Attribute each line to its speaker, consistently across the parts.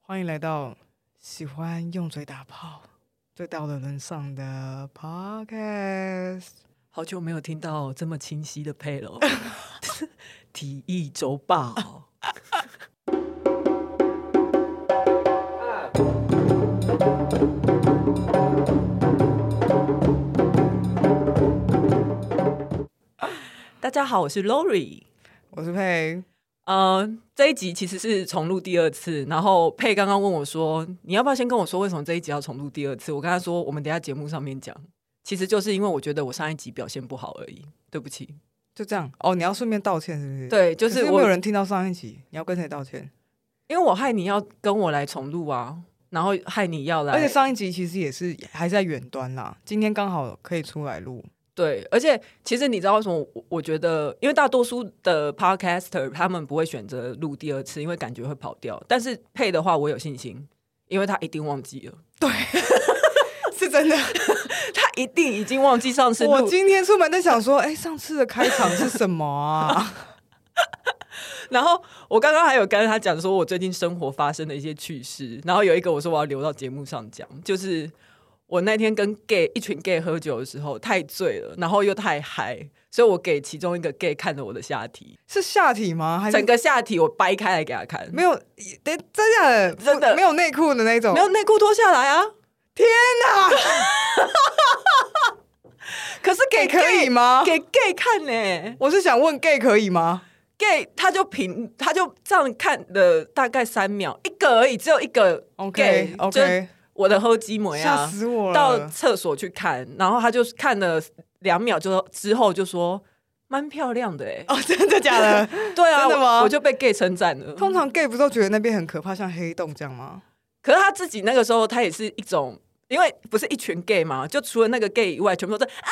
Speaker 1: 欢迎来到喜欢用嘴打炮、最道德沦丧的 Podcast。
Speaker 2: 好久没有听到这么清晰的配了，哦 体育周报。大家好，我是 Lori。
Speaker 1: 我是佩，
Speaker 2: 呃，这一集其实是重录第二次，然后佩刚刚问我说，你要不要先跟我说为什么这一集要重录第二次？我跟他说，我们等一下节目上面讲，其实就是因为我觉得我上一集表现不好而已，对不起。
Speaker 1: 就这样哦。你要顺便道歉是不是？，
Speaker 2: 对，就
Speaker 1: 就是是
Speaker 2: 我，
Speaker 1: 没有人听到上一集，你要跟谁道歉？
Speaker 2: 因为我害你要跟我来重录啊，然后害你要来，
Speaker 1: 而且上一集其实也是还在远端啦，今天刚好可以出来 录。
Speaker 2: 对，而且其实你知道为什么我？我觉得，因为大多数的 podcaster 他们不会选择录第二次，因为感觉会跑掉。但是配的话，我有信心，因为他一定忘记了，
Speaker 1: 是真的，
Speaker 2: 他一定已经忘记上次
Speaker 1: 我
Speaker 2: 录。
Speaker 1: 今天出门在想说，哎、上次的开场是什么啊？
Speaker 2: 然后我刚刚还有跟他讲说，我最近生活发生的一些趣事。然后有一个我说我要留到节目上讲，就是我那天跟 gay 一群 gay 喝酒的时候太醉了，然后又太嗨，所以我给其中一个 gay 看了我的下体，
Speaker 1: 是下体吗？还
Speaker 2: 整
Speaker 1: 是
Speaker 2: 个下体我掰开来给他看，
Speaker 1: 没有？得真的
Speaker 2: 真的
Speaker 1: 不没有内裤的那种？
Speaker 2: 没有内裤脱下来啊。
Speaker 1: 天哪！
Speaker 2: 可是
Speaker 1: gay
Speaker 2: 给
Speaker 1: 可以吗
Speaker 2: gay- 给 gay 看呢、
Speaker 1: 我是想问 gay 可以吗？
Speaker 2: gay 他就平他就这样看了大概三秒，一个而已，只有一个
Speaker 1: OK
Speaker 2: gay，就是
Speaker 1: OK，
Speaker 2: 我的喝鸡模
Speaker 1: 吓
Speaker 2: 呀，
Speaker 1: 死我
Speaker 2: 到
Speaker 1: 了！
Speaker 2: 厕所去看，然后他就看了两秒就之后就说蛮漂亮的哎、
Speaker 1: 哦，真的假 的？
Speaker 2: 对啊，
Speaker 1: 真的吗
Speaker 2: 我我就被 gay 称赞了。
Speaker 1: 通常 gay 不都觉得那边很可怕，像黑洞这样吗？
Speaker 2: 可是他自己那个时候他也是一种，因为不是一群 gay 嘛，就除了那个 gay 以外，全部都在啊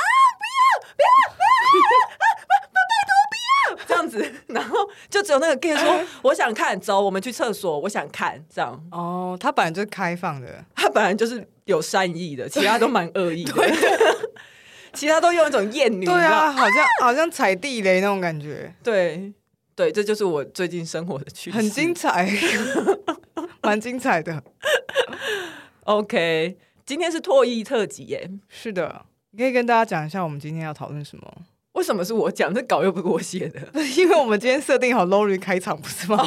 Speaker 2: 不要不要不要不要不要不要不要这样子，然后就只有那个 gay 说 我想看，走，我们去厕所，我想看，这样。
Speaker 1: 哦，它本来就是开放的，
Speaker 2: 他本来就是有善意的，其他都蛮 恶意的， 其他都用一种厌女，
Speaker 1: 对
Speaker 2: 你知道
Speaker 1: 啊，，好像好像踩地雷那种感 觉，
Speaker 2: 对对，这就是我最近生活的趣事，
Speaker 1: 很精彩， 蛮精彩的。
Speaker 2: OK，今天是唾液特辑耶，
Speaker 1: 是的，你可以跟大家讲一下我们今天要讨论什么？
Speaker 2: 为什么是我讲？这稿又不是我写的。
Speaker 1: 因为我们今天设定好 Lori 开场，不是吗？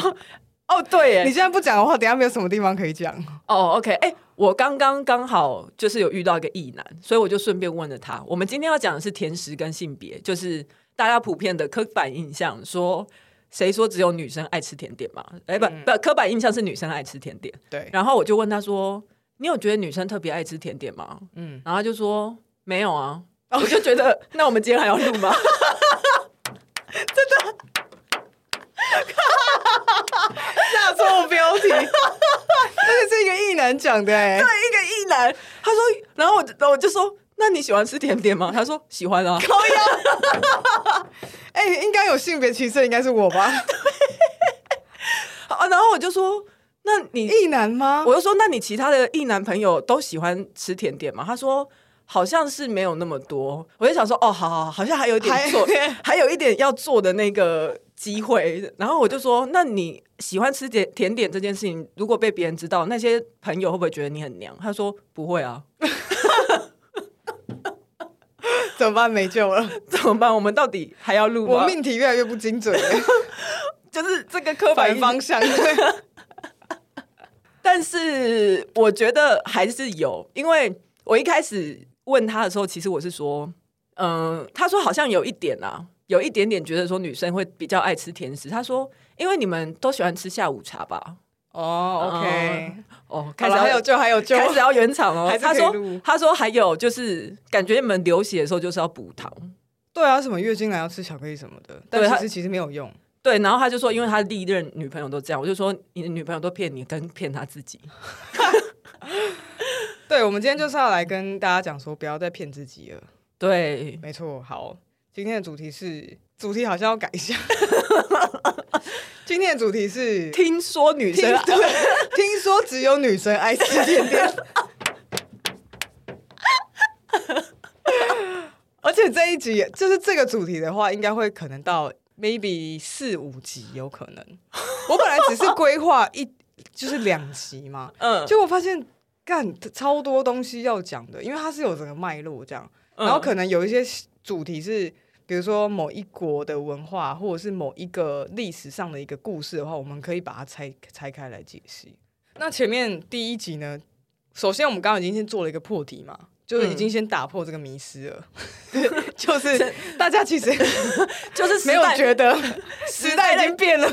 Speaker 2: 哦，对耶
Speaker 1: 你，现在不讲的话，等一下没有什么地方可以讲。
Speaker 2: 哦、o k 哎、我刚刚刚好就是有遇到一个异男，所以我就顺便问了他。我们今天要讲的是甜食跟性别，就是大家普遍的刻板印象说。谁说只有女生爱吃甜点嘛？哎、不
Speaker 1: 嗯
Speaker 2: 不，刻板印象是女生爱吃甜点。
Speaker 1: 对，
Speaker 2: 然后我就问他说：“你有觉得女生特别爱吃甜点吗？”
Speaker 1: 嗯，
Speaker 2: 然后他就说：“没有啊。”我就觉得，那我们今天还要录吗？
Speaker 1: 下错标题，这个是一个异男讲的哎、
Speaker 2: 一个异男，他说，然后我就我就说，那你喜欢吃甜点吗？他说喜欢啊。
Speaker 1: 哎、应该有性别歧视，应该是我 吧？
Speaker 2: 啊，然后我就说，那你，
Speaker 1: 异男吗？
Speaker 2: 我就说，那你其他的异男朋友都喜欢吃甜点吗？他说。好像是没有那么多，我就想说，哦，好好，好像还有一点做，
Speaker 1: 还
Speaker 2: 还有一点要做的那个机会。然后我就说，那你喜欢吃甜甜点这件事情，如果被别人知道，那些朋友会不会觉得你很娘？他说不会啊，
Speaker 1: 怎么办？没救了，
Speaker 2: 怎么办？我们到底还要 录
Speaker 1: 我
Speaker 2: 吗？
Speaker 1: 命题越来越不精准了，
Speaker 2: 就是这个刻板
Speaker 1: 反
Speaker 2: 印象
Speaker 1: 方向。 对
Speaker 2: 但是我觉得还是有，因为我一开始问他的时候，其实我是说，嗯、他说好像有一点啊，有一点点觉得说女生会比较爱吃甜食。他说，因为你们都喜欢吃下午茶吧？
Speaker 1: 哦，OK，
Speaker 2: 哦，开
Speaker 1: 好
Speaker 2: 始
Speaker 1: 了，还
Speaker 2: 要
Speaker 1: 有。救，还有救。
Speaker 2: 开始要圆场哦
Speaker 1: 还，是
Speaker 2: 他
Speaker 1: 可以
Speaker 2: 说
Speaker 1: 录
Speaker 2: 他说还有就是感觉你们流血的时候就是要补糖，
Speaker 1: 对啊，什么月经来要吃巧克力什么的，但
Speaker 2: 对
Speaker 1: 其
Speaker 2: 他
Speaker 1: 实其实没有用。
Speaker 2: 对，然后他就说因为他历任女朋友都这样，我就说你的女朋友都骗你跟骗他自己，
Speaker 1: 对，我们今天就是要来跟大家讲说，不要再骗自己了。
Speaker 2: 对，
Speaker 1: 没错，好，今天的主题是，主题好像要改一 下。今天的主题是，
Speaker 2: 听说女
Speaker 1: 听
Speaker 2: 生啊
Speaker 1: 对，听说 只有女生爱吃甜点。 而且这一集就是这个主题的话，应该会可能到 maybe 四五集有可能。我本来只是规划一就是两集嘛，
Speaker 2: 嗯，
Speaker 1: 结果发现干超多东西要讲的，因为它是有整个脉络这样，
Speaker 2: 嗯
Speaker 1: 然后可能有一些主题是。比如说某一国的文化，或者是某一个历史上的一个故事的话，我们可以把它拆拆开来解析。那前面第一集呢，首先我们刚刚已经先做了一个破题嘛，就是已经先打破这个迷失 了，就是大家其实
Speaker 2: 就是 时
Speaker 1: 没有
Speaker 2: 代
Speaker 1: 觉得时代已经变了，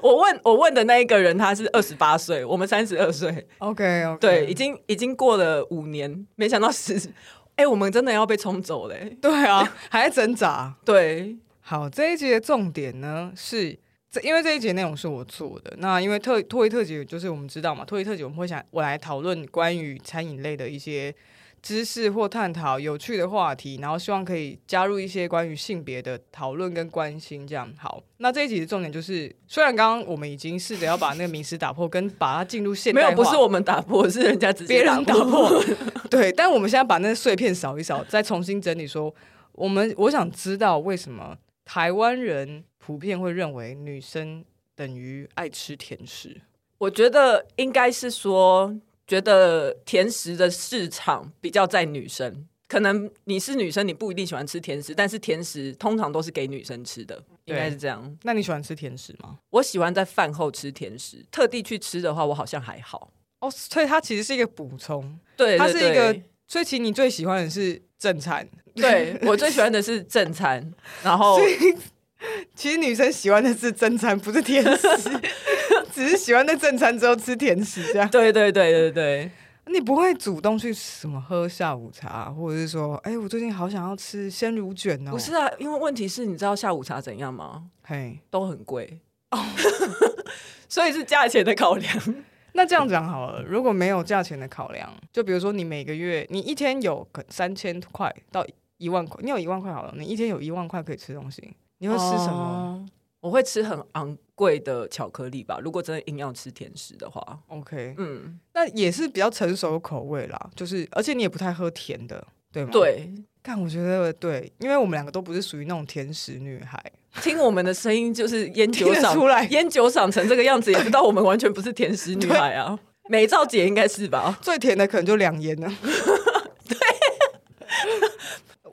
Speaker 2: 我问我问的那一个人，他是二十八岁，我们三十二岁，
Speaker 1: OK OK，
Speaker 2: 对，已经已经过了五年，没想到是，哎、我们真的要被冲走嘞、
Speaker 1: 对 啊，还在挣扎。
Speaker 2: 对，
Speaker 1: 好，这一集的重点呢是。这因为这一节内容是我做的，那因为特脱衣特辑就是我们知道嘛，脱衣特辑我们会想我来讨论关于餐饮类的一些知识或探讨有趣的话题，然后希望可以加入一些关于性别的讨论跟关心。这样好，那这一集的重点就是，虽然刚刚我们已经试着要把那个迷失打破，跟把它进入现
Speaker 2: 没
Speaker 1: 代化，
Speaker 2: 有，不是我们打破，是人家直接
Speaker 1: 别人打
Speaker 2: 破。
Speaker 1: 破。对，但我们现在把那碎片扫一扫，再重新整理说，我们我想知道为什么台湾人普遍会认为女生等于爱吃甜食。
Speaker 2: 我觉得应该是说，觉得甜食的市场比较在女生。可能你是女生，你不一定喜欢吃甜食，但是甜食通常都是给女生吃的，应该是这样。
Speaker 1: 那你喜欢吃甜食吗？
Speaker 2: 我喜欢在饭后吃甜食，特地去吃的话，我好像还好。
Speaker 1: 哦，所以它其实是一个补充，
Speaker 2: 对，
Speaker 1: 它
Speaker 2: 对
Speaker 1: 是一个。所以其实你最喜欢的是正餐，
Speaker 2: 对对我最喜欢的是正餐，然后
Speaker 1: 其实女生喜欢的是正餐，不是甜 食，只是喜欢在正餐之后吃甜食这样。
Speaker 2: 对对对对对，
Speaker 1: 你不会主动去什么喝下午茶，或者是说，哎、我最近好想要吃鲜乳卷哦。
Speaker 2: 不是啊，因为问题是，你知道下午茶怎样吗？
Speaker 1: 嘿，
Speaker 2: 都很贵哦， 所以是价钱的考量。
Speaker 1: 那这样讲好了，如果没有价钱的考量，就比如说你每个月你一天有可三千块到一万块，你有一万块好了，你一天有一万块可以吃东西，你
Speaker 2: 你
Speaker 1: 会吃什
Speaker 2: 哦
Speaker 1: 么、
Speaker 2: 我会吃很昂贵的巧克力吧，如果真的硬要吃甜食的话，
Speaker 1: o k
Speaker 2: 嗯，
Speaker 1: 那也是比较成熟的口味啦，就是而且你也不太喝甜的，对吗？，
Speaker 2: 对。
Speaker 1: 但我觉得对，因为我们两个都不是属于那种甜食女孩，
Speaker 2: 听我们的声音，就是烟酒
Speaker 1: 听得
Speaker 2: 嗓
Speaker 1: 出来
Speaker 2: 烟酒嗓成这个样子，也知道我们完全不是甜食女孩 啊。美照姐应该是吧？
Speaker 1: 最甜的可能就两盐了。 对，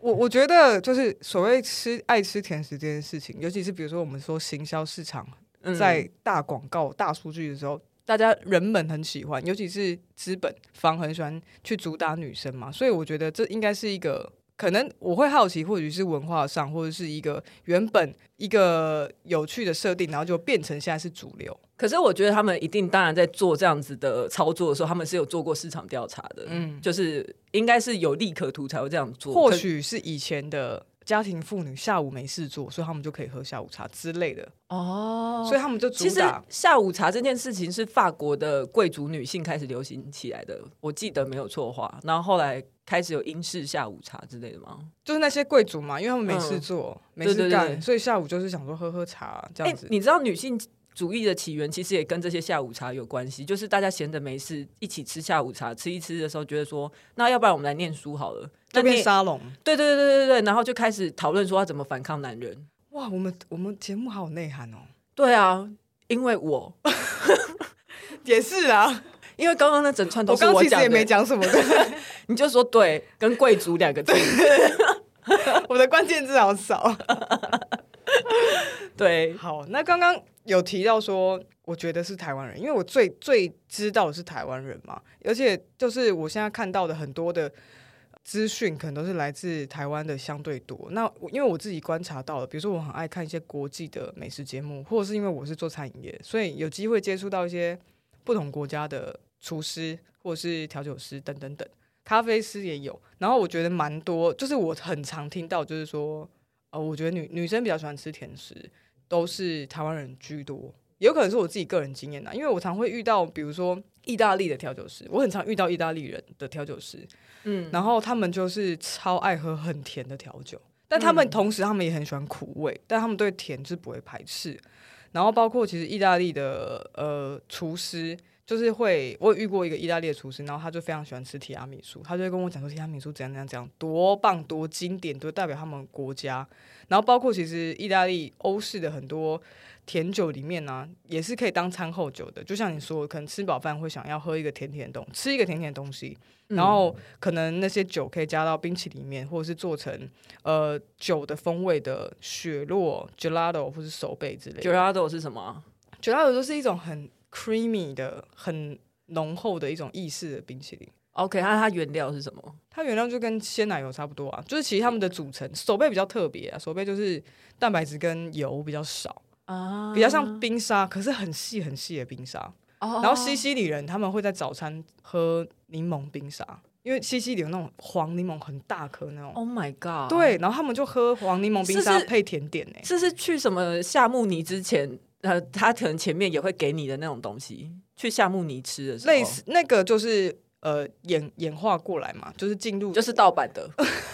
Speaker 1: 我我觉得就是所谓吃爱吃甜食这件事情，尤其是比如说我们说行销市场
Speaker 2: 嗯
Speaker 1: 在大广告、大数据的时候，大家人们很喜欢，尤其是资本方很喜欢去主打女生嘛，所以我觉得这应该是一个。可能我会好奇，或许是文化上，或者是一个原本一个有趣的设定，然后就变成现在是主流。
Speaker 2: 可是我觉得他们一定，当然在做这样子的操作的时候，他们是有做过市场调查的，
Speaker 1: 嗯
Speaker 2: 嗯，就是应该是有利可图才会这样做。
Speaker 1: 或
Speaker 2: 哦可
Speaker 1: 许是以前的家庭妇女下午没事做，所以他们就可以喝下午茶之类的，
Speaker 2: 哦，
Speaker 1: 所以他们就主
Speaker 2: 其实
Speaker 1: 打
Speaker 2: 下午茶这件事情是法国的贵族女性开始流行起来的，我记得没有错的话。然后后来开始有英式下午茶之类的吗？
Speaker 1: 就是那些贵族嘛，因为他们没事
Speaker 2: 嗯
Speaker 1: 做、没
Speaker 2: 对
Speaker 1: 事
Speaker 2: 对
Speaker 1: 干，
Speaker 2: 对
Speaker 1: 所以下午就是想说喝喝茶这样
Speaker 2: 哎
Speaker 1: 子。，
Speaker 2: 你知道女性主义的起源其实也跟这些下午茶有关系，就是大家闲着没事一起吃下午茶，吃一吃的时候觉得说，那要不然我们来念书好了。
Speaker 1: 这
Speaker 2: 那
Speaker 1: 边
Speaker 2: 念
Speaker 1: 沙龙，
Speaker 2: 对对对对对对，然后就开始讨论说要怎么反抗男人。
Speaker 1: 哇，我们我们节目好有内涵哦，
Speaker 2: 对啊，因为我
Speaker 1: 也是啊，
Speaker 2: 因为刚刚那整串都
Speaker 1: 我
Speaker 2: 是
Speaker 1: 刚刚其实
Speaker 2: 讲
Speaker 1: 也没
Speaker 2: 的，
Speaker 1: 讲什么， 对，
Speaker 2: 你就说对，跟贵族两个字。
Speaker 1: 我的关键字好少。
Speaker 2: 对，
Speaker 1: 好，那刚刚有提到说，我觉得是台湾人，因为我最最知道的是台湾人嘛，而且就是我现在看到的很多的资讯，可能都是来自台湾的相对多。那我因为我自己观察到了，比如说我很爱看一些国际的美食节目，或者是因为我是做餐饮业，所以有机会接触到一些不同国家的厨师或者是调酒师等等等。咖啡师也有，然后我觉得蛮多，就是我很常听到，就是说，呃，我觉得女女生比较喜欢吃甜食，都是台湾人居多，也有可能是我自己个人经验啊啦，因为我常会遇到，比如说意大利的调酒师，我很常遇到意大利人的调酒师，
Speaker 2: 嗯，
Speaker 1: 然后他们就是超爱喝很甜的调酒，但他们同时他们也很喜欢苦味，但他们对甜是不会排斥。然后包括其实意大利的呃厨师，就是会，我有遇过一个意大利的呃厨师，然后他就非常喜欢吃提拉米苏，他就会跟我讲说提拉米苏怎样怎样怎样，多棒多经典，多代表他们国家。然后包括其实意大利欧式的很多甜酒里面呢、也是可以当餐后酒的。就像你说，可能吃饱饭会想要喝一个甜甜的东，吃一个甜甜的东西，然后可能那些酒可以加到冰淇淋里面，或者是做成呃酒的风味的雪落、gelato 或是手背之类的。
Speaker 2: 嗯 Gerardo 是什么啊？
Speaker 1: 九幺九就是一种很 creamy 的、很浓厚的一种意式的冰淇淋。
Speaker 2: OK，它它原料是什么？
Speaker 1: 它原料就跟鲜奶油差不多啊，就是其实它们的组成，手背比较特别啊，手背就是蛋白质跟油比较少，
Speaker 2: 啊
Speaker 1: 比较像冰沙，可是很细很细的冰沙。
Speaker 2: 哦
Speaker 1: 然后西西里人他们会在早餐喝柠檬冰沙，因为西西里有那种黄柠檬很大颗那种，
Speaker 2: ，Oh my God，，
Speaker 1: 对，然后他们就喝黄柠檬冰沙
Speaker 2: 是是
Speaker 1: 配甜点欸呢、
Speaker 2: 这是去什么夏慕尼之前，呃，他可能前面也会给你的那种东西，去夏慕尼吃的时候，
Speaker 1: 类似那个就是呃演演化过来嘛，就是进入
Speaker 2: 就是盗版的，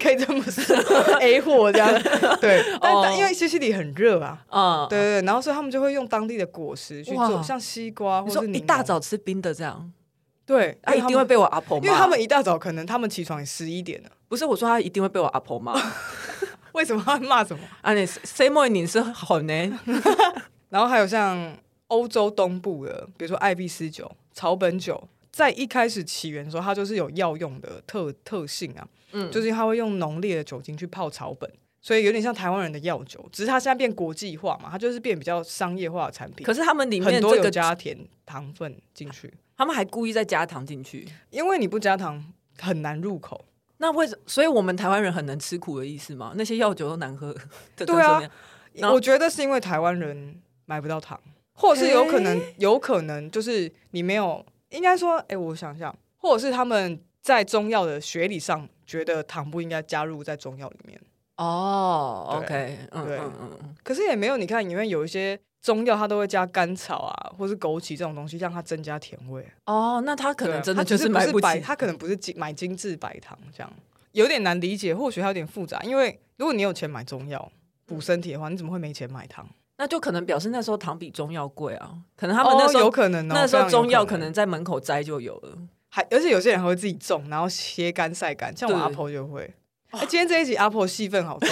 Speaker 1: 可以这么说，A 货这样。 对，但、
Speaker 2: 哦
Speaker 1: 但因为西西里很热啊，
Speaker 2: 嗯，
Speaker 1: 对。对，对然后所以他们就会用当地的果实去
Speaker 2: 哇
Speaker 1: 做，像西瓜或
Speaker 2: 你
Speaker 1: 是
Speaker 2: 说一
Speaker 1: 柠檬
Speaker 2: 大早吃冰的这样，啊
Speaker 1: 对，
Speaker 2: 他一定会
Speaker 1: 被，
Speaker 2: 被我阿婆骂，
Speaker 1: 因为他们一大早可能他们起床也十一点了，
Speaker 2: 不是我说他一定会被我阿婆 骂，
Speaker 1: 为什么他会骂什么？
Speaker 2: 啊，你 say more 你是好呢，
Speaker 1: 然后还有像欧洲东部的，比如说艾必斯酒、草本酒，在一开始起源的时候，它就是有药用的特特性啊，
Speaker 2: 嗯
Speaker 1: 就是它会用浓烈的酒精去泡草本。所以有点像台湾人的药酒，只是它现在变国际化嘛，它就是变比较商业化的产品。
Speaker 2: 可是他们里
Speaker 1: 很
Speaker 2: 面
Speaker 1: 多
Speaker 2: 这
Speaker 1: 有
Speaker 2: 个，
Speaker 1: 加甜糖分进去，
Speaker 2: 他们还故意再加糖进去，
Speaker 1: 因为你不加糖很难入口。
Speaker 2: 那为什所以我们台湾人很能吃苦的意思吗？那些药酒都难喝，对
Speaker 1: 对啊，
Speaker 2: 然后
Speaker 1: 我觉得是因为台湾人买不到糖，或者是有可能，有可能就是你没有，应该说，哎、我想想，或者是他们在中药的学理上觉得糖不应该加入在中药里面，
Speaker 2: 哦
Speaker 1: 对
Speaker 2: ，OK，嗯
Speaker 1: 对
Speaker 2: 嗯嗯嗯，
Speaker 1: 可是也没有，你看，因为有一些中药它都会加甘草啊，或是枸杞这种东西，让它增加甜味。
Speaker 2: 哦，那他可
Speaker 1: 对啊
Speaker 2: 能真
Speaker 1: 它
Speaker 2: 的
Speaker 1: 只
Speaker 2: 就是买
Speaker 1: 不白，
Speaker 2: 起，
Speaker 1: 它可能不是精买精致白糖这样，有点难理解，或许还有点复杂。因为如果你有钱买中药
Speaker 2: 嗯
Speaker 1: 补身体的话，你怎么会没钱买糖？
Speaker 2: 那就可能表示那时候糖比中药贵啊，可能他们那时
Speaker 1: 哦
Speaker 2: 候、
Speaker 1: 有可能、哦，
Speaker 2: 那时
Speaker 1: 非常
Speaker 2: 候
Speaker 1: 有
Speaker 2: 中药
Speaker 1: 可
Speaker 2: 可能在门口摘就有了。
Speaker 1: 还，而且有些人还会自己种，然后切干晒干，像我
Speaker 2: 对
Speaker 1: 阿婆就会。哎、今天这一集阿婆戏份好重，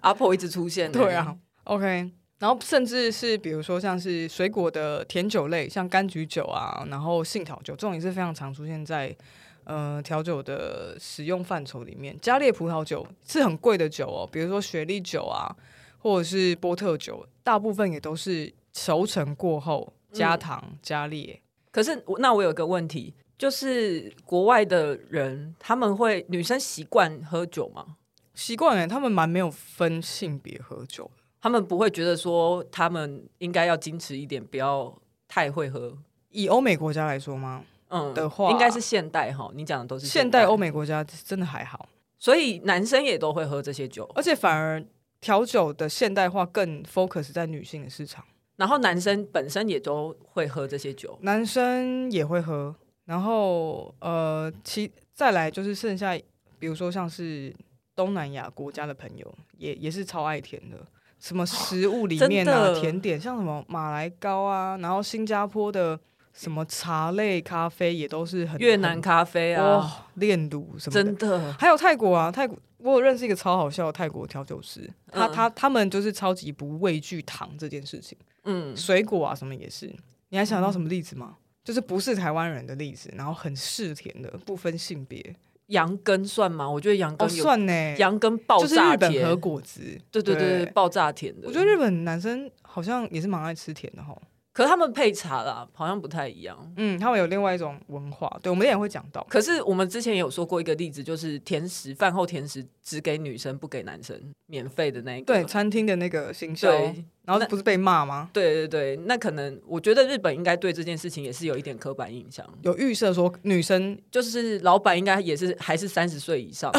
Speaker 2: 阿婆一直出现、
Speaker 1: 对啊，，OK。然后甚至是比如说像是水果的甜酒类，像柑橘酒啊，然后杏桃酒，这种也是非常常出现在呃调酒的使用范畴里面。加烈葡萄酒是很贵的酒哦，比如说雪莉酒啊，或者是波特酒，大部分也都是熟成过后加糖、加烈。
Speaker 2: 可是我那我有一个问题，就是国外的人他们会女生习惯喝酒吗？
Speaker 1: 习惯了，他们蛮没有分性别喝酒的。
Speaker 2: 他们不会觉得说他们应该要矜持一点，不要太会喝。
Speaker 1: 以欧美国家来说吗？
Speaker 2: 嗯
Speaker 1: 的话
Speaker 2: 应该是现代哈，你讲的都是
Speaker 1: 现代
Speaker 2: 代
Speaker 1: 欧，美国家真的还好。
Speaker 2: 所以男生也都会喝这些酒，
Speaker 1: 而且反而调酒的现代化更 focus 在女性的市场，
Speaker 2: 然后男生本身也都会喝这些酒。
Speaker 1: 男生也会喝。然后呃，其再来就是剩下，比如说像是东南亚国家的朋友，也也是超爱甜的。什 么食物里面
Speaker 2: 真
Speaker 1: 啊，
Speaker 2: 的
Speaker 1: 甜点像什么马来糕啊，然后新加坡的什么茶类咖啡也都是很
Speaker 2: 越南咖啡
Speaker 1: 哇、
Speaker 2: 啊，
Speaker 1: 炼乳什么的
Speaker 2: 真的
Speaker 1: 还有泰国啊，泰国我有认识一个超好笑的泰国调酒师，他、
Speaker 2: 嗯
Speaker 1: 他他们就是超级不畏惧糖这件事情，
Speaker 2: 嗯，
Speaker 1: 水果啊什么也是。你还想到什么例子吗？就是不是台湾人的例子，然后很嗜甜的，不分性别，
Speaker 2: 羊羹算吗？我觉得羊
Speaker 1: 哦
Speaker 2: 羹有、
Speaker 1: 算呢，
Speaker 2: 羊羹爆
Speaker 1: 就是
Speaker 2: 炸
Speaker 1: 日本
Speaker 2: 甜，
Speaker 1: 和果子，
Speaker 2: 对对对，对，爆炸甜的。
Speaker 1: 我觉得，日本男生好像也是蛮爱吃甜的哈，
Speaker 2: 可是他们配茶啦，好像不太一样。
Speaker 1: 嗯，他们有另外一种文化，对我们也会讲到，
Speaker 2: 可是我们之前也有说过一个例子，就是甜食饭后甜食只给女生不给男生，免费的那一个。
Speaker 1: 对餐厅的那个行销，
Speaker 2: 嗯对
Speaker 1: 然后
Speaker 2: 那
Speaker 1: 不是被骂吗？
Speaker 2: 对对对，那可能我觉得日本应该对这件事情也是有一点刻板印象，
Speaker 1: 有预设说女生
Speaker 2: 就是老板应该也是还是三十岁 以上，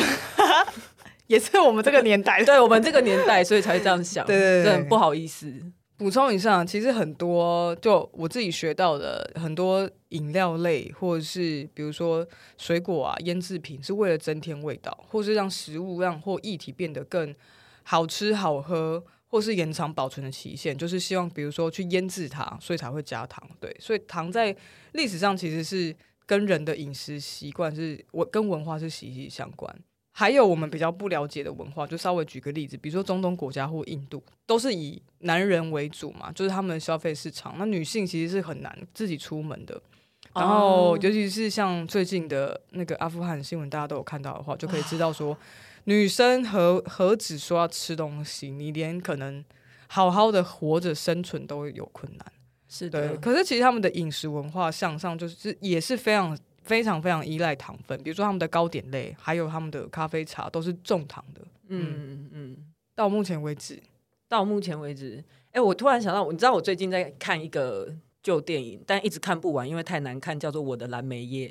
Speaker 1: 也是我们这个年代的，
Speaker 2: 对我们这个年代，所以才会这样想，
Speaker 1: 对对对
Speaker 2: 真的很不好意思。
Speaker 1: 补充一下，其实很多就我自己学到的很多饮料类，或者是比如说水果啊、腌制品，是为了增添味道，或是让食物让或液体变得更好吃好喝，或是延长保存的期限，就是希望比如说去腌制它，所以才会加糖。对，所以糖在历史上其实是跟人的饮食习惯是我跟文化是息息相关。还有我们比较不了解的文化，就稍微举个例子，比如说中东国家或印度，都是以男人为主嘛，就是他们的消费市场。那女性其实是很难自己出门的。然后，
Speaker 2: 哦
Speaker 1: 尤其是像最近的那个阿富汗新闻，大家都有看到的话，就可以知道说，女生何何止说要吃东西，你连可能好好的活着生存都有困难。
Speaker 2: 是
Speaker 1: 对，
Speaker 2: 的，
Speaker 1: 可是其实他们的饮食文化向上，就是也是非常非常非常依赖糖分，比如说他们的糕点类，还有他们的咖啡茶都是重糖的。
Speaker 2: 嗯嗯。
Speaker 1: 到目前为止，
Speaker 2: 到目前为止，哎、我突然想到，你知道我最近在看一个旧电影，但一直看不完，因为太难看，叫做《我的蓝莓叶》。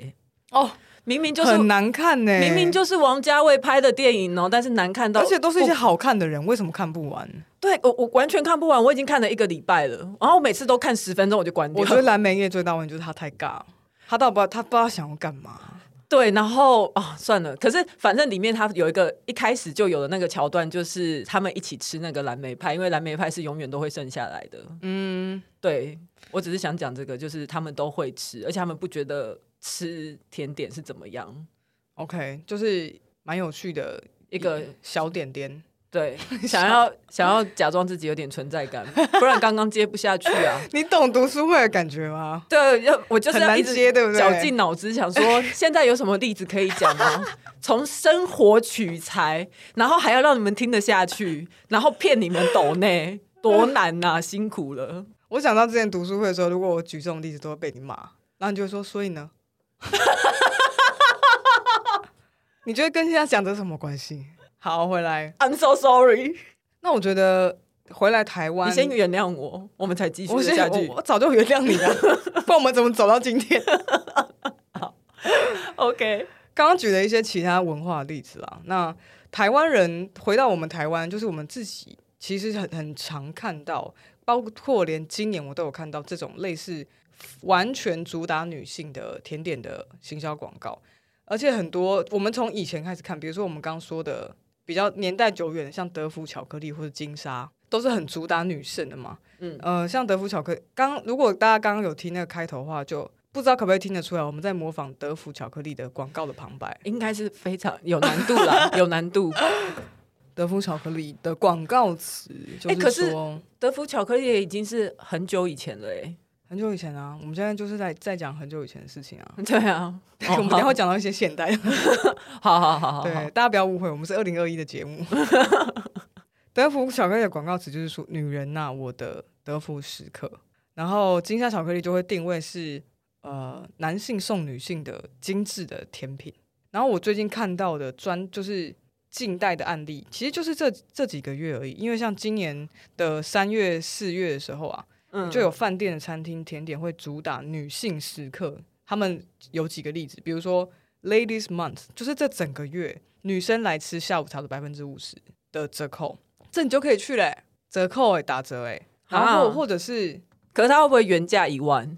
Speaker 1: 哦，
Speaker 2: 明明就是
Speaker 1: 很难看呢、
Speaker 2: 明明就是王家卫拍的电影哦，但是难看到，
Speaker 1: 而且都是一些
Speaker 2: 我
Speaker 1: 好看的人，为什么看不完？
Speaker 2: 对我我完全看不完，我已经看了一个礼拜了，然后我每次都看十分钟我就关掉。
Speaker 1: 我觉得蓝莓叶最大问题就是他太尬，他到不他不知道想要干嘛。
Speaker 2: 对，然后啊、算了，可是反正里面它有一个一开始就有的那个桥段，就是他们一起吃那个蓝莓派，因为蓝莓派是永远都会剩下来的。
Speaker 1: 嗯，
Speaker 2: 对我只是想讲这个，就是他们都会吃，而且他们不觉得吃甜点是怎么样。
Speaker 1: OK，就是蛮有趣的
Speaker 2: 一个
Speaker 1: 小点点。
Speaker 2: 对，想要想要假装自己有点存在感，不然刚刚接不下去啊。
Speaker 1: 你懂读书会的感觉吗？
Speaker 2: 对，要我就是
Speaker 1: 很
Speaker 2: 要
Speaker 1: 难
Speaker 2: 一直
Speaker 1: 接对不对
Speaker 2: 绞尽脑汁想 说，现在有什么例子可以讲吗？从生活取材，然后还要让你们听得下去，然后骗你们抖内，多难呐、辛苦了。
Speaker 1: 我想到之前读书会的时候，如果我举这种例子，都会被你骂，然后你就会说，所以 呢？你觉得跟现在讲这什么关系？好，回来。
Speaker 2: I'm so sorry，
Speaker 1: 那我觉得回来台湾，
Speaker 2: 你先原谅我，我们才继续
Speaker 1: 我
Speaker 2: 得
Speaker 1: 先
Speaker 2: 下去
Speaker 1: 我。我早就原谅你 了，不然我们怎么走到今天？
Speaker 2: OK，
Speaker 1: 刚刚举了一些其他文化的例子啦。那台湾人回到我们台湾，就是我们自己其实很很常看到，包括连今年我都有看到这种类似完全主打女性的甜点的行销广告，而且很多我们从以前开始看，比如说我们刚说的比较年代久远的，像德芙巧克力或者金沙，都是很主打女性的嘛。
Speaker 2: 嗯
Speaker 1: 呃，像德芙巧克力，刚如果大家刚刚有听那个开头的话，就不知道可不可以听得出来，我们在模仿德芙巧克力的广告的旁白。
Speaker 2: 应该是非常有难度 啦，有难度。
Speaker 1: 德芙巧克力的广告词，就
Speaker 2: 哎可是
Speaker 1: 说、
Speaker 2: 德芙巧克力也已经是很久以前了、欸，
Speaker 1: 很久以前啊，我们现在就是在在讲很久以前的事情啊。
Speaker 2: 哎，对啊，
Speaker 1: 我们等一下会讲到一些现代的，
Speaker 2: 好好好好
Speaker 1: 对
Speaker 2: 好，
Speaker 1: 大家不要误会，我们是二零二一的节 目。德芙巧克力的广告词就是说“女人呐、我的德芙时刻”，然后金沙巧克力就会定位是呃男性送女性的精致的甜品。然后我最近看到的专就是近代的案例，其实就是这这几个月而已，因为像今年的三月、四月的时候啊，
Speaker 2: 嗯
Speaker 1: 就有饭店的餐厅甜点会主打女性时刻，他们有几个例子，比如说 Ladies Month，就是这整个月女生来吃下午茶的百分之五十的折扣，这你就可以去嘞、折扣哎、打折哎、然后或
Speaker 2: 啊
Speaker 1: 或者是
Speaker 2: 可是它会不会原价一万？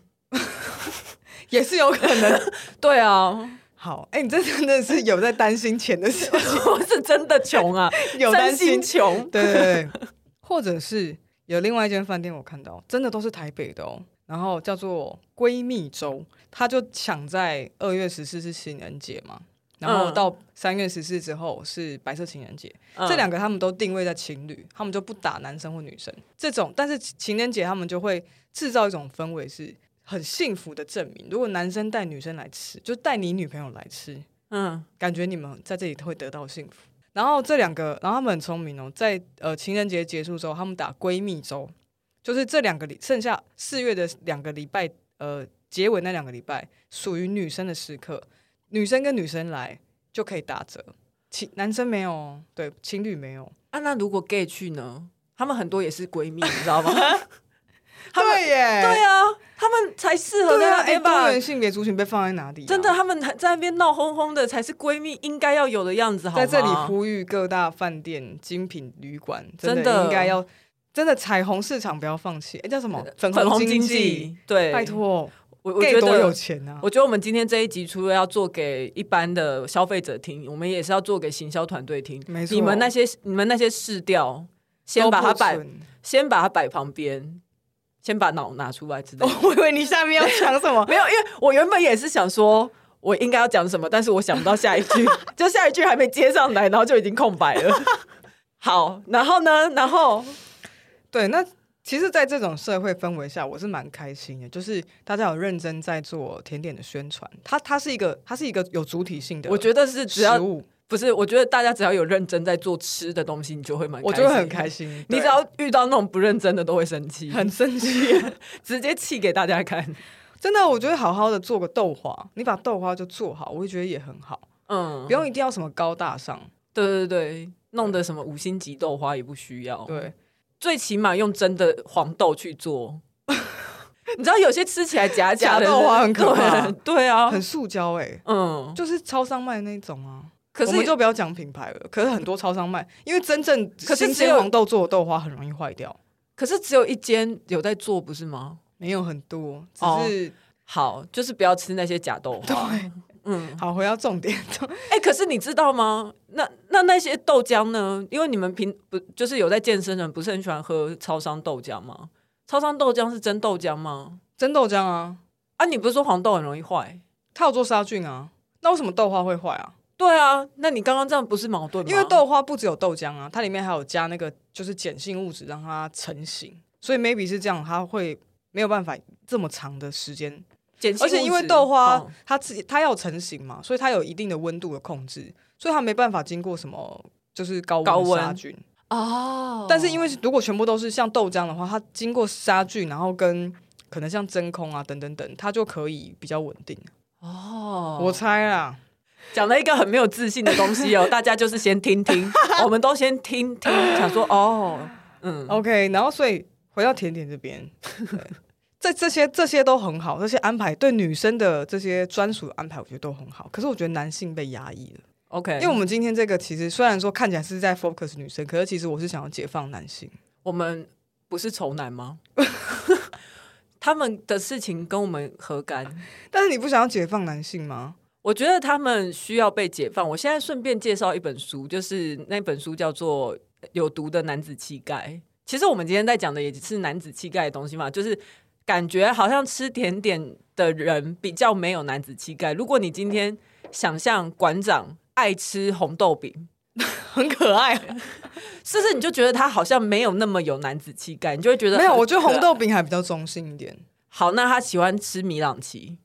Speaker 1: 也是有可能。
Speaker 2: 对啊，
Speaker 1: 好，哎、你这真的是有在担心钱的事，
Speaker 2: 我是真的穷啊，
Speaker 1: 有担
Speaker 2: 真
Speaker 1: 心
Speaker 2: 心穷。
Speaker 1: 对对对，或者是有另外一间饭店，我看到真的都是台北的哦，然后叫做闺蜜周，它就抢在二月十四是情人节嘛，然后
Speaker 2: 嗯
Speaker 1: 到三月十四之后是白色情人节，
Speaker 2: 嗯
Speaker 1: 这两个他们都定位在情侣，他们就不打男生或女生这种，但是情人节他们就会制造一种氛围是。很幸福的证明。如果男生带女生来吃，就带你女朋友来吃，
Speaker 2: 嗯，
Speaker 1: 感觉你们在这里会得到幸福。然后这两个，然后他们很聪明哦，在呃情人节结束之后，他们打闺蜜周，就是这两个礼，剩下四月的两个礼拜，呃，结尾那两个礼拜属于女生的时刻，女生跟女生来就可以打折，情男生没有哦，对，情侣没有，
Speaker 2: 啊，那如果 gay 去呢？他们很多也是闺蜜，你知 道吗？他们
Speaker 1: 哎对耶，
Speaker 2: 对啊，他们才适合
Speaker 1: 对
Speaker 2: 在
Speaker 1: 啊，
Speaker 2: 那
Speaker 1: 哎，
Speaker 2: 边
Speaker 1: 多
Speaker 2: 吧。
Speaker 1: 元性别族群被放在哪里啊、
Speaker 2: 真的，他们还在那边闹哄哄的，才是闺蜜应该要有的样子，好吗？
Speaker 1: 在这里呼吁各大饭店、精品旅馆，真
Speaker 2: 真的
Speaker 1: 应该要真的彩虹市场不要放弃。哎、叫什么？粉
Speaker 2: 粉红
Speaker 1: 经
Speaker 2: 经济，对，
Speaker 1: 拜，托
Speaker 2: 我我
Speaker 1: ，gay
Speaker 2: 觉
Speaker 1: 多有
Speaker 2: 得。
Speaker 1: 钱啊！
Speaker 2: 我觉得我们今天这一集除了要做给一般的消费者听，我们也是要做给行销团队听。
Speaker 1: 没错
Speaker 2: 你们那些你们那些试调，先把它摆
Speaker 1: 都不，纯
Speaker 2: 先把它摆旁边，先把脑拿出来之类的。
Speaker 1: 哦， 我以为你下面要讲什么
Speaker 2: 没有，因为我原本也是想说。我应该要讲什么，但是我想不到下一 句，就下一句还没接上来，然后就已经空白了。好，然后呢？然后
Speaker 1: 对，那其实，在这种社会氛围下，我是蛮开心的，就是大家有认真在做甜点的宣传，它它是一个它是一个有主体性的，
Speaker 2: 我觉得是只要
Speaker 1: 食物
Speaker 2: 不是，我觉得大家只要有认真在做吃的东西，你就会蛮
Speaker 1: 我就会很
Speaker 2: 开
Speaker 1: 开
Speaker 2: 心。
Speaker 1: 心，
Speaker 2: 你
Speaker 1: 对
Speaker 2: 只要遇到那种不认真的，都会生气，
Speaker 1: 很生气，
Speaker 2: 直接气给大家看。
Speaker 1: 真的，我觉得好好的做个豆花，你把豆花就做好，我会觉得也很好，
Speaker 2: 嗯
Speaker 1: 不，用一定要什么高大上，
Speaker 2: 对对对，弄得什么五星级豆花也不需要。，
Speaker 1: 对，
Speaker 2: 最起码用真的黄豆去做。 你知道有些吃起来假假的
Speaker 1: 假豆花很可怕
Speaker 2: 对对啊，
Speaker 1: 很塑胶哎、
Speaker 2: 嗯，
Speaker 1: 就是超商卖的那种啊。
Speaker 2: 可
Speaker 1: 我们
Speaker 2: 是
Speaker 1: 就不要讲品牌了。可是很多超商卖，因为真正
Speaker 2: 可是
Speaker 1: 新
Speaker 2: 只
Speaker 1: 鲜
Speaker 2: 有
Speaker 1: 黄豆做的豆花很容易坏掉，
Speaker 2: 可是只有一间有在做，不是吗？
Speaker 1: 没有很多，只
Speaker 2: 哦
Speaker 1: 是、
Speaker 2: 好，就是不要吃那些假豆花。
Speaker 1: 对。
Speaker 2: 嗯，
Speaker 1: 好，回到重点，
Speaker 2: 哎、可是你知道吗？那那那些豆浆呢？因为你们平不就是有在健身的人不是很喜欢喝超商豆浆吗？超商豆浆是真豆浆吗？
Speaker 1: 真豆浆啊，
Speaker 2: 啊，你不是说黄豆很容易坏？
Speaker 1: 它有做杀菌啊。那为什么豆花会坏啊？
Speaker 2: 对啊，那你刚刚这样不是矛盾吗？
Speaker 1: 因为豆花不只有豆浆啊，它里面还有加那个就是碱性物质让它成型，所以 maybe 是这样，它会没有办法这么长的时间。
Speaker 2: 碱性
Speaker 1: 而
Speaker 2: 物质，
Speaker 1: 且因为豆花
Speaker 2: 嗯
Speaker 1: 它自己它要成型嘛，所以它有一定的温度的控制，所以它没办法经过什么就是高温
Speaker 2: 高
Speaker 1: 的
Speaker 2: 温
Speaker 1: 杀菌。
Speaker 2: 哦，
Speaker 1: 啊但是因为如果全部都是像豆浆的话，它经过杀菌，然后跟可能像真空啊等等等，它就可以比较稳定。
Speaker 2: 哦，
Speaker 1: 我猜啦，
Speaker 2: 讲了一个很没有自信的 东西哦，大家就是先听听，我们都先听听，想说哦，嗯，
Speaker 1: OK，然后所以回到甜点这 边，对这这些这些都很好，这些安排对女生的这些专属的安排，我觉得都很好。可是我觉得男性被压抑了，
Speaker 2: OK，
Speaker 1: 因为我们今天这个其实虽然说看起来是在 focus 女生，可是其实我是想要解放男性。
Speaker 2: 我们不是仇 男吗？他们的事情跟我们何干？
Speaker 1: 但是你不想要解放男性吗？
Speaker 2: 我觉得他们需要被解放。我现在顺便介绍一本书，就是那本书叫做《有毒的男子气概》。其实我们今天在讲的也是男子气概的东西嘛，就是感觉好像吃甜点的人比较没有男子气概。如果你今天想象馆长爱吃红豆饼，
Speaker 1: 很可爱，
Speaker 2: 是不是你就觉得他好像没有那么有男子气概？你就会觉得
Speaker 1: 没有，
Speaker 2: 很
Speaker 1: 我觉得
Speaker 2: 可爱
Speaker 1: 红豆饼还比较中性一点。
Speaker 2: 好。那他喜欢吃米朗奇，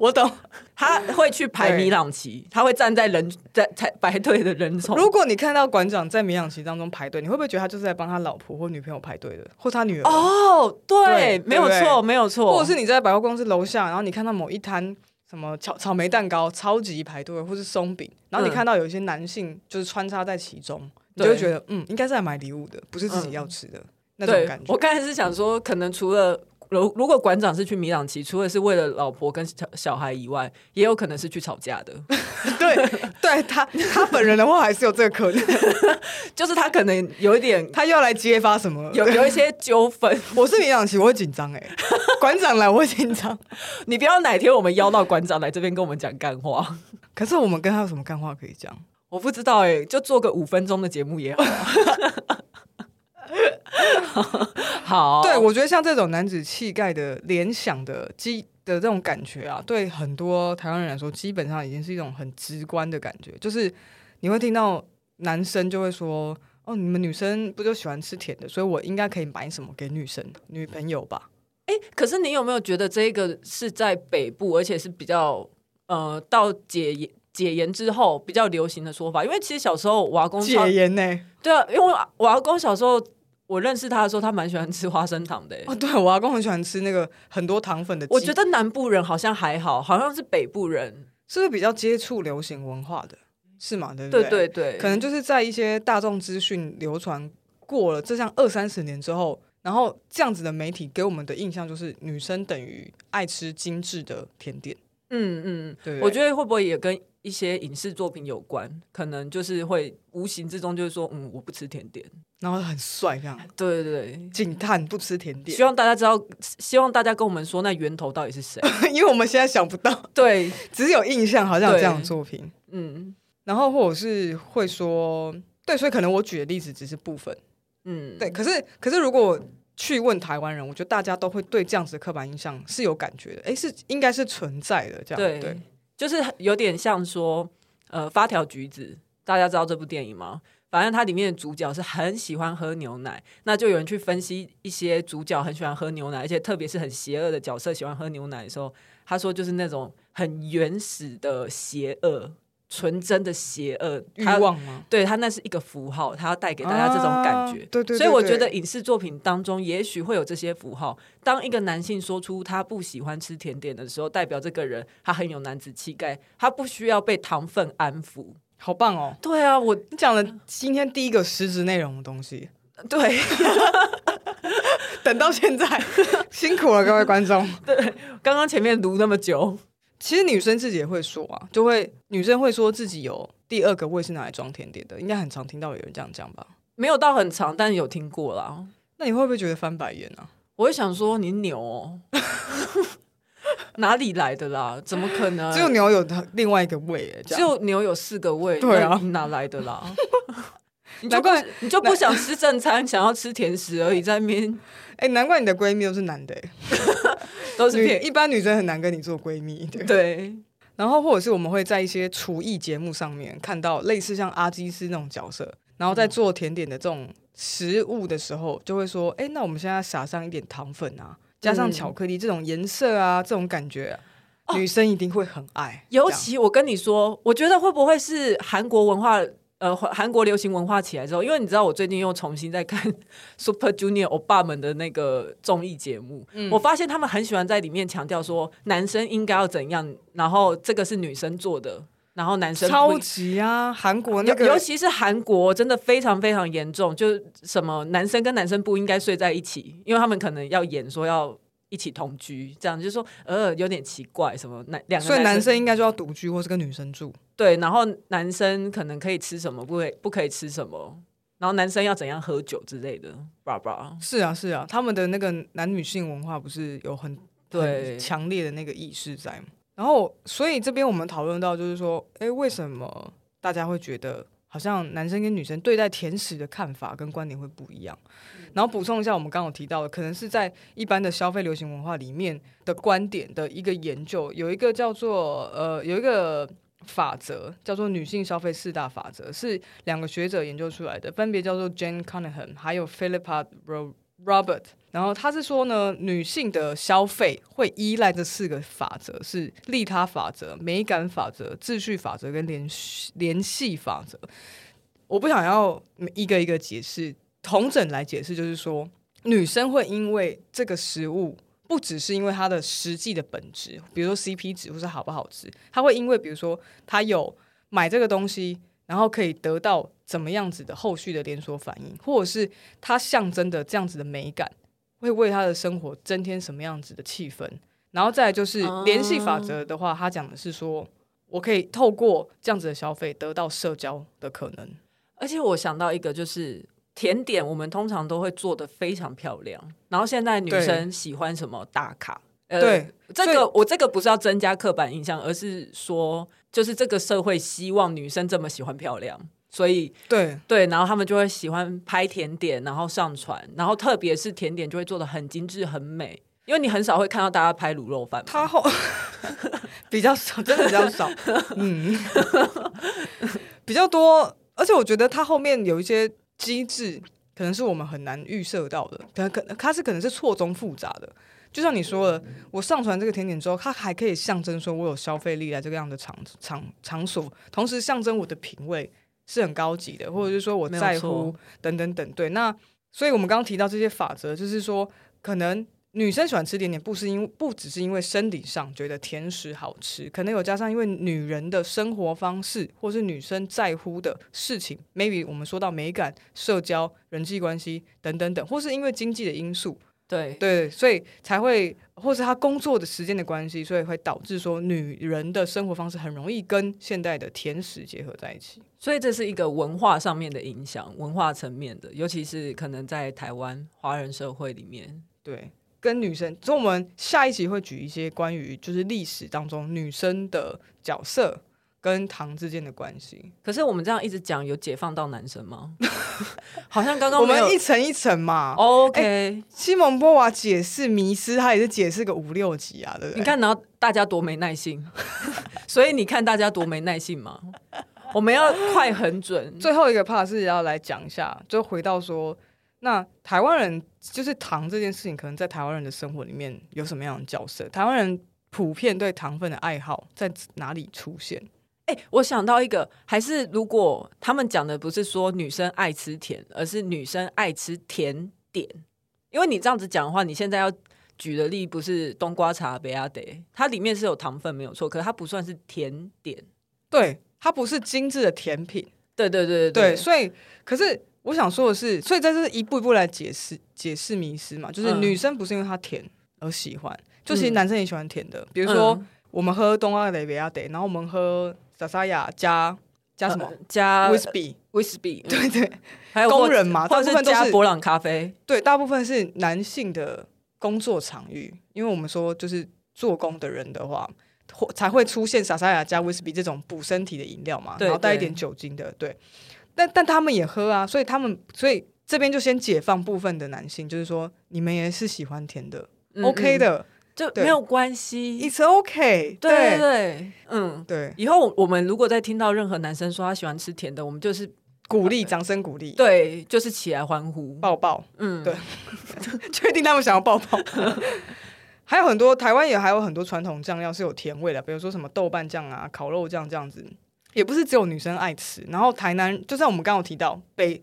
Speaker 1: 我懂。
Speaker 2: 他会去排
Speaker 1: 对
Speaker 2: 米朗奇，他会站在人在在排队的人中。
Speaker 1: 如果你看到馆长在冥想期当中排队，你会不会觉得他就是在帮他老婆或女朋友排队的，或他女儿？
Speaker 2: 哦，对
Speaker 1: 对，
Speaker 2: 没有
Speaker 1: 对不
Speaker 2: 错，
Speaker 1: 对
Speaker 2: 没有错，
Speaker 1: 或者是你在百货公司楼下，然后你看到某一摊什么草草莓蛋糕超级排队，或是松饼，然后你
Speaker 2: 嗯
Speaker 1: 看到有一些男性就是穿插在其中，你
Speaker 2: 对
Speaker 1: 就会觉得嗯，应该是来买礼物的，不是自己要吃的、那种
Speaker 2: 对
Speaker 1: 感，觉
Speaker 2: 我。刚才是想说，可能除了。如如果馆长是去米朗奇，除了是为了老婆跟小小孩以外，也有可能是去吵 架的。
Speaker 1: 对，对他他本人的话还是有这个可能，
Speaker 2: 就是他可能有一点
Speaker 1: 他又要来揭发什么？
Speaker 2: 有有一些纠纷。
Speaker 1: 我是冥想期，我会紧张哎、馆长来我会紧张。
Speaker 2: 你不要哪天我们邀到馆长来这边跟我们讲干话，
Speaker 1: 可是我们跟他有什么干话可以讲？
Speaker 2: 我不知道哎、就做个五分钟的节 目也好啊。好，
Speaker 1: 对，我觉得像这种男子气概的联想的基的这种感觉啊，对很多台湾人来说，基本上已经是一种很直观的感觉，就是你会听到男生就会说：“哦，你们女生不就喜欢吃甜的，所以我应该可以买什么给女生女朋友吧
Speaker 2: 可是你有没有觉得这个是在北部，而且是比较呃到解严解严之后比较流行的说法？因为其实小时候我阿？”公超
Speaker 1: 解严呢、
Speaker 2: 对啊，因为我我阿公小时候我认识他的时候，他蛮喜欢吃花生糖的欸、
Speaker 1: 哦，对我阿公很喜欢吃那个很多糖粉的鸡，
Speaker 2: 我觉得南部人好像还好，好像是北部人，
Speaker 1: 是不是比较接触流行文化的，是吗？对不
Speaker 2: 对
Speaker 1: 对
Speaker 2: 对对，
Speaker 1: 可能就是在一些大众资讯流传过了这像二三十年之后，然后这样子的媒体给我们的印象就是女生等于爱吃精致的甜点，
Speaker 2: 嗯嗯，
Speaker 1: 对不对
Speaker 2: 我觉得会不会也跟一些影视作品有关？可能就是会无形之中就是说，嗯，我不吃甜点，
Speaker 1: 然后很帅这样，
Speaker 2: 对对对。
Speaker 1: 惊叹不吃甜点
Speaker 2: 希，望大家知道，希望大家跟我们说，那源头到底是谁？
Speaker 1: 因为我们现在想不到，
Speaker 2: 对，
Speaker 1: 只有印象好像有
Speaker 2: 对
Speaker 1: 这样的作品，
Speaker 2: 嗯，
Speaker 1: 然后或者是会说，对，所以可能我举的例子只是部分，
Speaker 2: 嗯，
Speaker 1: 对，可是可是如果去问台湾人，我觉得大家都会对这样子的刻板印象是有感觉的，诶，是应该是存在的这样。对，
Speaker 2: 对，就是有点像说，呃，发条橘子，大家知道这部电影吗？反正它里面的主角是很喜欢喝牛奶，那就有人去分析一些主角很喜欢喝牛奶，而且特别是很邪恶的角色喜欢喝牛奶的时候，他说就是那种很原始的邪恶、纯真的邪恶
Speaker 1: 欲。
Speaker 2: 他
Speaker 1: 望吗？
Speaker 2: 对他那是一个符号，他要带给大家这种感觉。
Speaker 1: 啊对对对
Speaker 2: 所以我觉
Speaker 1: 对
Speaker 2: 得影视作品当中也许会有这些符号。当一个男性说出他不喜欢吃甜点的时候，代表这个人他很有男子气概，他不需要被糖分安抚。
Speaker 1: 好棒哦！
Speaker 2: 对啊，我
Speaker 1: 你讲了今天第一个实质内容的东西，
Speaker 2: 对
Speaker 1: 等到现在 辛苦了各位观众。
Speaker 2: 刚刚前面读那么久，
Speaker 1: 其实女生自己也会说啊，就会女生会说自己有第二个胃是拿来装甜点的，应该很常听到有人这样讲吧？
Speaker 2: 没有到很长，但有听过啦。
Speaker 1: 那你会不会觉得翻白眼啊？
Speaker 2: 我会想说你牛、哦， 哪里来的啦？怎么可 能？
Speaker 1: 只有牛有它另外一个胃、欸，这
Speaker 2: 只
Speaker 1: 样
Speaker 2: 有牛有四个胃，
Speaker 1: 对啊
Speaker 2: 那你哪来的啦？ 你就
Speaker 1: 难
Speaker 2: 不
Speaker 1: 怪
Speaker 2: 你就不想吃正餐，想要吃甜食而已，在那边
Speaker 1: 哎、难怪你的闺蜜都是男的、欸，
Speaker 2: 都是
Speaker 1: 女
Speaker 2: 骗
Speaker 1: 一般女生很难跟你做闺蜜。对，
Speaker 2: 对
Speaker 1: 然后或者是我们会在一些厨艺节目上面看到类似像阿基斯那种角色，然后
Speaker 2: 嗯
Speaker 1: 在做甜点的这种食物的时候，就会说，哎、那我们现在撒上一点糖粉啊，加上
Speaker 2: 嗯
Speaker 1: 巧克力这种颜色啊，这种感觉啊、女生一定会很爱。
Speaker 2: 哦尤
Speaker 1: 这样
Speaker 2: 其我跟你说，我觉得会不会是韩国文化？呃，韩韩国流行文化起来之后，因为你知道，我最近又重新在看 Super Junior 欧巴们的那个综艺节目，我发现他们很喜欢在里面强调说男生应该要怎样，然后这个是女生做的，然后男生不
Speaker 1: 超级啊，韩国那
Speaker 2: 尤尤
Speaker 1: 个
Speaker 2: 其是韩国，真的非常非常严重，就是什么男生跟男生不应该睡在一起，因为他们可能要演说要一起同居，这样就是说呃有点奇怪，什么男两个
Speaker 1: 所以男
Speaker 2: 男
Speaker 1: 生应该就要独居或是跟女生住，
Speaker 2: 对，然后男生可能可以吃什么，不可以不可以吃什么，然后男生要怎样喝酒之类的，叭叭，
Speaker 1: 是啊是啊，他们的那个男女性文化不是有很
Speaker 2: 对
Speaker 1: 很强烈的那个意识在嘛。然后，所以这边我们讨论到，就是说，哎，为什么大家会觉得好像男生跟女生对待甜食的看法跟观点会不一样？然后补充一下，我们刚刚有提到的，可能是在一般的消费流行文化里面的观点的一个研究，有一个叫做呃，有一个法则叫做女性消费四大法则，是两个学者研究出来的，分别叫做 Jane Cunningham 还有 Philippa Ro- Robert。然后他是说呢，女性的消费会依赖这四个法则，是利他法则、美感法则、秩序法则跟联系联系法则。我不想要一个一个解释，同整来解释，就是说，女生会因为这个食物，不只是因为它的实际的本质，比如说 CP 值或是好不好吃，她会因为比如说她有买这个东西，然后可以得到怎么样子的后续的连锁反应，或者是它象征的这样子的美感，会为她的生活增添什么样子的气氛。然后再来就是
Speaker 2: 哦
Speaker 1: 联系法则的话，它讲的是说，我可以透过这样子的消费得到社交的可能。
Speaker 2: 而且我想到一个，就是甜点，我们通常都会做的非常漂亮。然后现在女生喜欢什么打卡？呃
Speaker 1: 对，
Speaker 2: 这
Speaker 1: 所
Speaker 2: 个我这个不是要增加刻板印象，而是说，就是这个社会希望女生这么喜欢漂亮，所以
Speaker 1: 对，
Speaker 2: 对，然后他们就会喜欢拍甜点，然后上传，然后特别是甜点就会做的很精致、很美。因为你很少会看到大家拍卤肉饭嘛，
Speaker 1: 他 后比较少，真的比较少，嗯， 比较多。而且我觉得他后面有一些机制，可能是我们很难预设到的，可能可它是可能是错综复杂的。就像你说的，我上传这个甜点之后，它还可以象征说我有消费力来这个样的场场场所，同时象征我的品味是很高级的，或者是说我
Speaker 2: 没有
Speaker 1: 在乎
Speaker 2: 错
Speaker 1: 等等等。对，那所以我们刚刚提到这些法则，就是说可能女生喜欢吃甜点，不是因不只是因为生理上觉得甜食好吃，可能有加上因为女人的生活方式，或是女生在乎的事情，maybe 我们说到美感、社交、人际关系等等等，或是因为经济的因素，
Speaker 2: 对
Speaker 1: 对，所以才会，或是她工作的时间的关系，所以会导致说女人的生活方式很容易跟现代的甜食结合在一起。
Speaker 2: 所以这是一个文化上面的影响，文化层面的，尤其是可能在台湾华人社会里面，
Speaker 1: 对，跟女生，所以我们下一集会举一些关于就是历史当中女生的角色跟糖之间的关系。
Speaker 2: 可是我们这样一直讲，有解放到男 生吗？好像刚刚
Speaker 1: 我
Speaker 2: 没有哦哎
Speaker 1: 们一哦层一层嘛。
Speaker 2: OK，、
Speaker 1: 西蒙波娃解释迷失，他也是解释个五六集啊，对不对？
Speaker 2: 你看，然后大家多没 耐性，所以你看大家多没耐性嘛。我们要快很准，
Speaker 1: 最后一个 part 是要来讲一下，就回到说，那台湾人就是糖这件事情，可能在台湾人的生活里面有什么样的角色？台湾人普遍对糖分的爱好在哪里出现？
Speaker 2: 哎、我想到一个，还是如果他们讲的不是说女生爱吃甜，而是女生爱吃甜点，因为你这样子讲的话，你现在要举的例不是冬瓜茶、贝亚德，它里面是有糖分没有错，可它不算是甜点。
Speaker 1: 对，它不是精致的甜品，
Speaker 2: 对对对
Speaker 1: 对，
Speaker 2: 对
Speaker 1: 所以可是我想说的是，所以在这是一步一步来解释解释迷失嘛，就是
Speaker 2: 嗯
Speaker 1: 女生不是因为她甜而喜欢，就其实
Speaker 2: 嗯
Speaker 1: 男生也喜欢甜的，比
Speaker 2: 比
Speaker 1: 如说、我们喝东阿雷维亚得，然后我们喝萨沙雅加加什么、
Speaker 2: 呃加
Speaker 1: whisky，
Speaker 2: whisky，嗯
Speaker 1: 对对
Speaker 2: 还有
Speaker 1: 工
Speaker 2: 或
Speaker 1: 人嘛
Speaker 2: 或
Speaker 1: 大
Speaker 2: 者
Speaker 1: 部分
Speaker 2: 是
Speaker 1: 都
Speaker 2: 加
Speaker 1: 是
Speaker 2: 博朗咖啡。
Speaker 1: 对，大部分是男性的工作场域，因为我们说就是做工的人的话。或才会出现萨沙雅加威士比这种补身体的饮料嘛，
Speaker 2: 对
Speaker 1: 然后带一
Speaker 2: 对
Speaker 1: 点酒精的，对。但但他们也喝啊，所以他们所以这边就先解放部分的男性，就是说你们也是喜欢甜的、
Speaker 2: 嗯
Speaker 1: o k
Speaker 2: 嗯
Speaker 1: 的
Speaker 2: 就
Speaker 1: 对
Speaker 2: 没有关系。
Speaker 1: ，It's OK，
Speaker 2: 对对
Speaker 1: 对
Speaker 2: 对，嗯，
Speaker 1: 对，
Speaker 2: 以后我们如果再听到任何男生说他喜欢吃甜的，我们就是
Speaker 1: 鼓励，掌声鼓励，
Speaker 2: 对，就是起来欢呼。
Speaker 1: 抱抱。
Speaker 2: 嗯，
Speaker 1: 哦对 确定他们想要抱 抱。还有很多台湾也还有很多传统酱料是有甜味的，比如说什么豆瓣酱啊、烤肉酱这样子，也不是只有女生爱吃。然后台南，就像我们刚刚有提到，北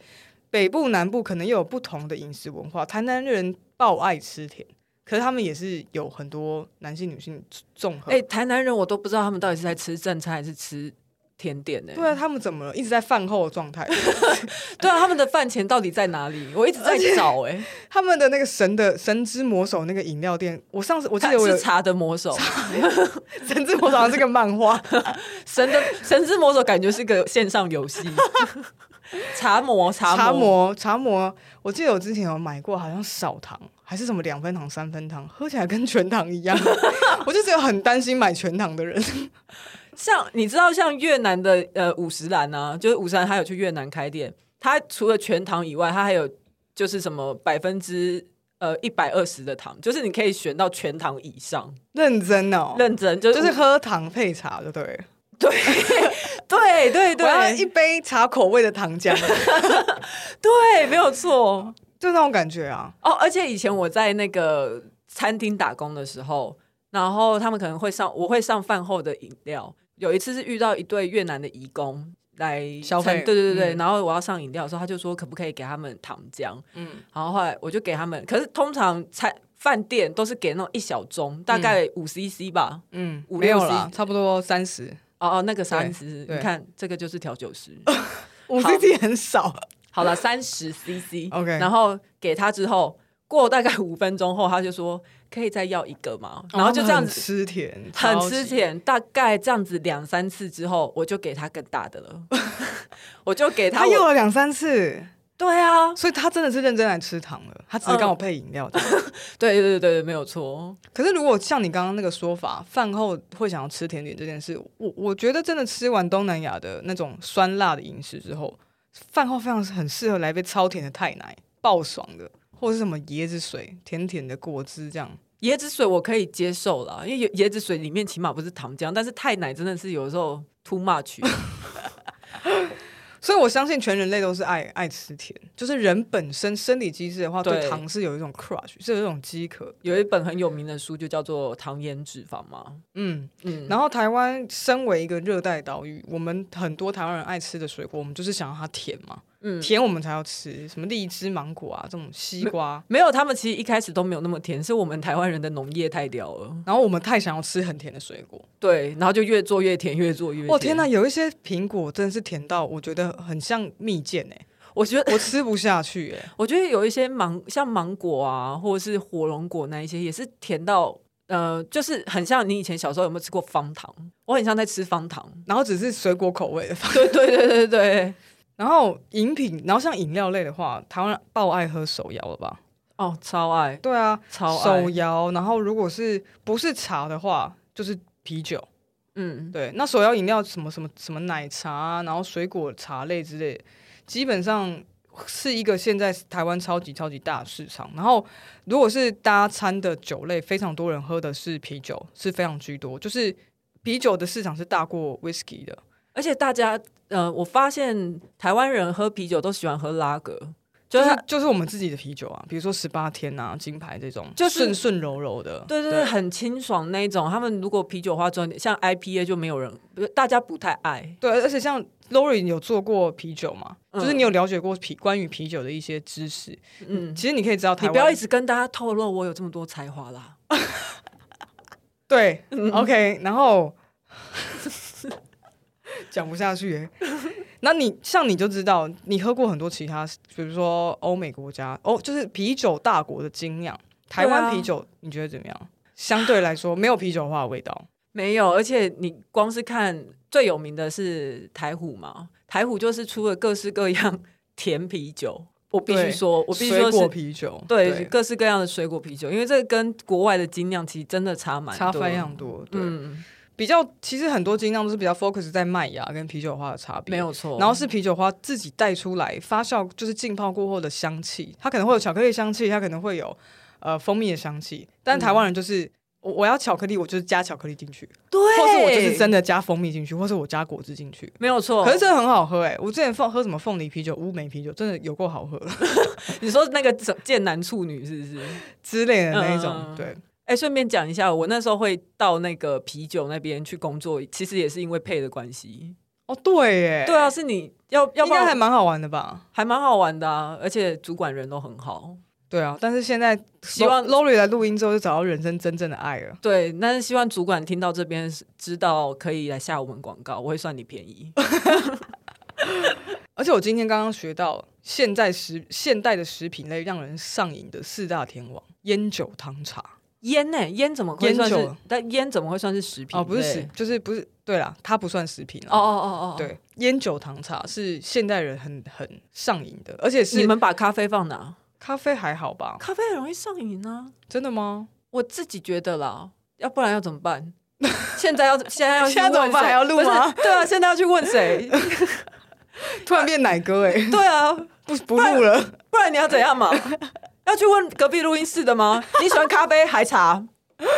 Speaker 1: 北部、南部可能又有不同的饮食文化，台南人爆爱吃甜，可是他们也是有很多男性、女性综合。
Speaker 2: 哎、台南人我都不知道他们到底是在吃正餐还是吃甜点呢、
Speaker 1: 对啊，他们怎么了？一直在饭后的状态，
Speaker 2: 对啊，他们的饭钱到底在哪里？我一直在找哎、
Speaker 1: 他们的那个神的神之魔手那个饮料店，我上次 我记
Speaker 2: 他
Speaker 1: 得我有
Speaker 2: 是茶的魔手，
Speaker 1: 神之魔手好像是个漫画，
Speaker 2: 神的神之魔手感觉是个线上 游戏， 茶魔茶
Speaker 1: 茶
Speaker 2: 魔
Speaker 1: 魔茶魔，我记得我之前有买过，好像少糖还是什么两分糖、三分糖，喝起来跟全糖一样。 我就是有很担心买全糖的人，
Speaker 2: 像你知道像越南的呃五十岚啊，就是五十岚他有去越南开店，他除了全糖以外，他还有就是什么百分之。呃，一百二十的糖，就是你可以选到全糖以上，
Speaker 1: 认真哦，
Speaker 2: 认真就
Speaker 1: 就是是喝糖配茶，对不对？
Speaker 2: 对 对
Speaker 1: 我要
Speaker 2: 对，
Speaker 1: 一杯茶口味的糖 浆，
Speaker 2: 对，没有错。
Speaker 1: 就那种感觉啊。
Speaker 2: 哦，而且以前我在那个餐厅打工的时候，然后他们可能会上，我会上饭后的饮料。有一次是遇到一对越南的移工来
Speaker 1: 消费
Speaker 2: 餐对对对对，
Speaker 1: 嗯
Speaker 2: 然后我要上饮料的时候，他就说可不可以给他们糖浆，
Speaker 1: 嗯，
Speaker 2: 然后后来我就给他们，可是通常餐饭店都是给那种一小盅，大概五 CC 吧。
Speaker 1: 嗯，
Speaker 2: 五
Speaker 1: 没有
Speaker 2: 六
Speaker 1: 啦，
Speaker 2: 十
Speaker 1: 差不多三十，
Speaker 2: 哦哦，那个三十，
Speaker 1: 对
Speaker 2: 你看这个就是调九十。
Speaker 1: 五
Speaker 2: 好
Speaker 1: CC 很少。
Speaker 2: 好了，三十 CC。
Speaker 1: OK
Speaker 2: 然后给他之后，过大概五分钟后，他就说可以再要一个嘛，然后就这样
Speaker 1: 哦他们很
Speaker 2: 子。
Speaker 1: 吃甜，
Speaker 2: 很
Speaker 1: 超级
Speaker 2: 吃。甜，大概这样子两三次之后，我就给他更大的了， 我就给他
Speaker 1: 他
Speaker 2: 我
Speaker 1: 用了两三次，
Speaker 2: 对啊，
Speaker 1: 所以他真的是认真来吃糖了。他只是
Speaker 2: 嗯
Speaker 1: 刚好配饮料的。
Speaker 2: 对对对对，没有错，
Speaker 1: 可是，如果像你刚刚那个说法，饭后会想要吃甜点这件事，我我觉得真的吃完东南亚的那种酸辣的饮食之后，饭后非常很适合来杯超甜的泰奶，爆爽的，或是什么椰子水、甜甜的果汁这样。
Speaker 2: 椰子水我可以接受啦，因为椰椰子水里面起码不是糖浆，但是太奶真的是有时候 too much，
Speaker 1: 所以我相信全人类都是爱爱吃甜，就是人本身生理机制的话，对
Speaker 2: 对
Speaker 1: 糖是有一种 crush，是有一种饥渴。
Speaker 2: 有一本很有名的书就叫做《糖盐脂肪》嘛，
Speaker 1: 嗯，
Speaker 2: 嗯，
Speaker 1: 然后台湾身为一个热带岛屿，我们很多台湾人爱吃的水果，我们就是想要它甜嘛。
Speaker 2: 嗯，
Speaker 1: 甜我们才要吃，什么荔枝、芒果啊，这种西瓜。
Speaker 2: 没有，他们其实一开始都没有那么甜，是我们台湾人的农业太屌了。
Speaker 1: 然后我们太想要吃很甜的水果，
Speaker 2: 对，然后就越做越甜，越做越甜。
Speaker 1: 哦天哪，！有一些苹果真的是甜到我觉得很像蜜饯 哎、
Speaker 2: 我觉得，
Speaker 1: 我吃不下去哎、
Speaker 2: 我觉得有一些芒，像芒果啊，或者是火龙果那一些，也是甜到，呃，就是很像你以前小时候有没有吃过方糖？我很像在吃方糖。
Speaker 1: 然后只是水果口味的。
Speaker 2: 对对对对对。
Speaker 1: 然后饮品，然后像饮料类的话，台湾人爆爱喝手摇了吧？
Speaker 2: 哦，超爱，
Speaker 1: 对啊，
Speaker 2: 超爱
Speaker 1: 手摇。然后如果是不是茶的话，就是啤酒。
Speaker 2: 嗯，
Speaker 1: 对，那手摇饮料什么什么什么奶茶啊，然后水果茶类之类的，基本上是一个现在台湾超级超级大的市场。然后如果是搭餐的酒类，非常多人喝的是啤酒，是非常居多，就是啤酒的市场是大过 whisky 的。
Speaker 2: 而且大家呃，我发现台湾人喝啤酒都喜欢喝拉格，就
Speaker 1: 就是是
Speaker 2: 它
Speaker 1: 就是我们自己的啤酒啊，比如说十八天啊、金牌这种，
Speaker 2: 就是
Speaker 1: 顺顺柔柔的。
Speaker 2: 对对对，很清爽那一种。他们如果啤酒的话专点，像 IPA 就没有人，不是大家不太爱。
Speaker 1: 对，而且像 Lori 有做过啤酒嘛，
Speaker 2: 嗯
Speaker 1: 就是你有了解过啤关于啤酒的一些知识，
Speaker 2: 嗯，
Speaker 1: 其实你可以知道台
Speaker 2: 你
Speaker 1: 湾。
Speaker 2: 不要一直跟大家透露我有这么多才华啦。
Speaker 1: 对、o
Speaker 2: 嗯
Speaker 1: k 然 后讲不下去耶。那你像你就知道，你喝过很多其他，比如说欧美国家，哦，就是啤酒大国的精酿，台
Speaker 2: 对啊
Speaker 1: 湾啤酒、你觉得怎么样？相对来说，没有啤酒花的味道。
Speaker 2: 没有，而且你光是看最有名的是台虎嘛，台虎就是出了各式各样 甜啤酒。我必须
Speaker 1: 对
Speaker 2: 说，我必须
Speaker 1: 水
Speaker 2: 说
Speaker 1: 果
Speaker 2: 是
Speaker 1: 啤酒，
Speaker 2: 对各式各样的水果啤酒，因为这个跟国外的精酿其实真的差蛮
Speaker 1: 差
Speaker 2: 多
Speaker 1: 非常多。对，
Speaker 2: 嗯，
Speaker 1: 比较其实很多精酿都是比较 focus 在麦芽跟啤酒花的差别，
Speaker 2: 没有错。
Speaker 1: 然后是啤酒花自己带出来发酵，就是浸泡过后的香气，它可能会有巧克力香气，它可能会有呃蜂蜜的香气。但台湾人
Speaker 2: 嗯
Speaker 1: 就是、我我要巧克力，我就是加巧克力进去，
Speaker 2: 对，
Speaker 1: 或是我就是真的加蜂蜜
Speaker 2: 哦
Speaker 1: 进去，或是我加果汁进去。
Speaker 2: 没有错。
Speaker 1: 可是真的很好喝哎、我之前放喝什么凤梨啤酒、乌梅啤酒，真的有够好 喝
Speaker 2: 你说那个贱男处女是不是？
Speaker 1: 之类的那一种。
Speaker 2: 嗯
Speaker 1: 对，
Speaker 2: 哎，顺便讲一下，我那时候会到那个啤酒那边去工作，其实也是因为配的关系。
Speaker 1: 哦对耶，
Speaker 2: 对啊，，是你要要
Speaker 1: 应
Speaker 2: 不
Speaker 1: 该还
Speaker 2: 然
Speaker 1: 蛮好玩的吧？
Speaker 2: 还蛮好玩的啊，而且主管人都很好。
Speaker 1: 对啊，但是现在希
Speaker 2: 望
Speaker 1: Lori 来录音之后，就找到人生真正的爱了。
Speaker 2: 对，但是希望主管听到这边是知道可以来下我们广告，我会算你便宜。
Speaker 1: 而且我今天刚刚学到，现在食现代的食品类让人上瘾的四大天王：烟酒、汤茶。
Speaker 2: 烟呢、烟怎么会
Speaker 1: 烟
Speaker 2: 算是
Speaker 1: 酒？
Speaker 2: 但烟怎么会算是食品类？
Speaker 1: 哦，不是食，就是不是对啦，它不算食品啦。
Speaker 2: 哦哦哦哦，，
Speaker 1: 对，烟酒、糖茶是现代人很很上瘾的，而且
Speaker 2: 你
Speaker 1: 是
Speaker 2: 们把咖啡放哪？
Speaker 1: 咖啡还好吧？
Speaker 2: 咖啡很容易上瘾啊，
Speaker 1: 真的吗？
Speaker 2: 我自己觉得啦，要不然要怎么 办？现在要现在要去
Speaker 1: 现在怎么
Speaker 2: 问
Speaker 1: 办
Speaker 2: 谁
Speaker 1: 还要录吗
Speaker 2: 不是对啊，现在要去问谁？
Speaker 1: 突然变奶哥哎、
Speaker 2: 对啊，
Speaker 1: 不不录了。
Speaker 2: 不然你要怎样嘛？要去问隔壁录音室的吗？你喜欢咖啡还茶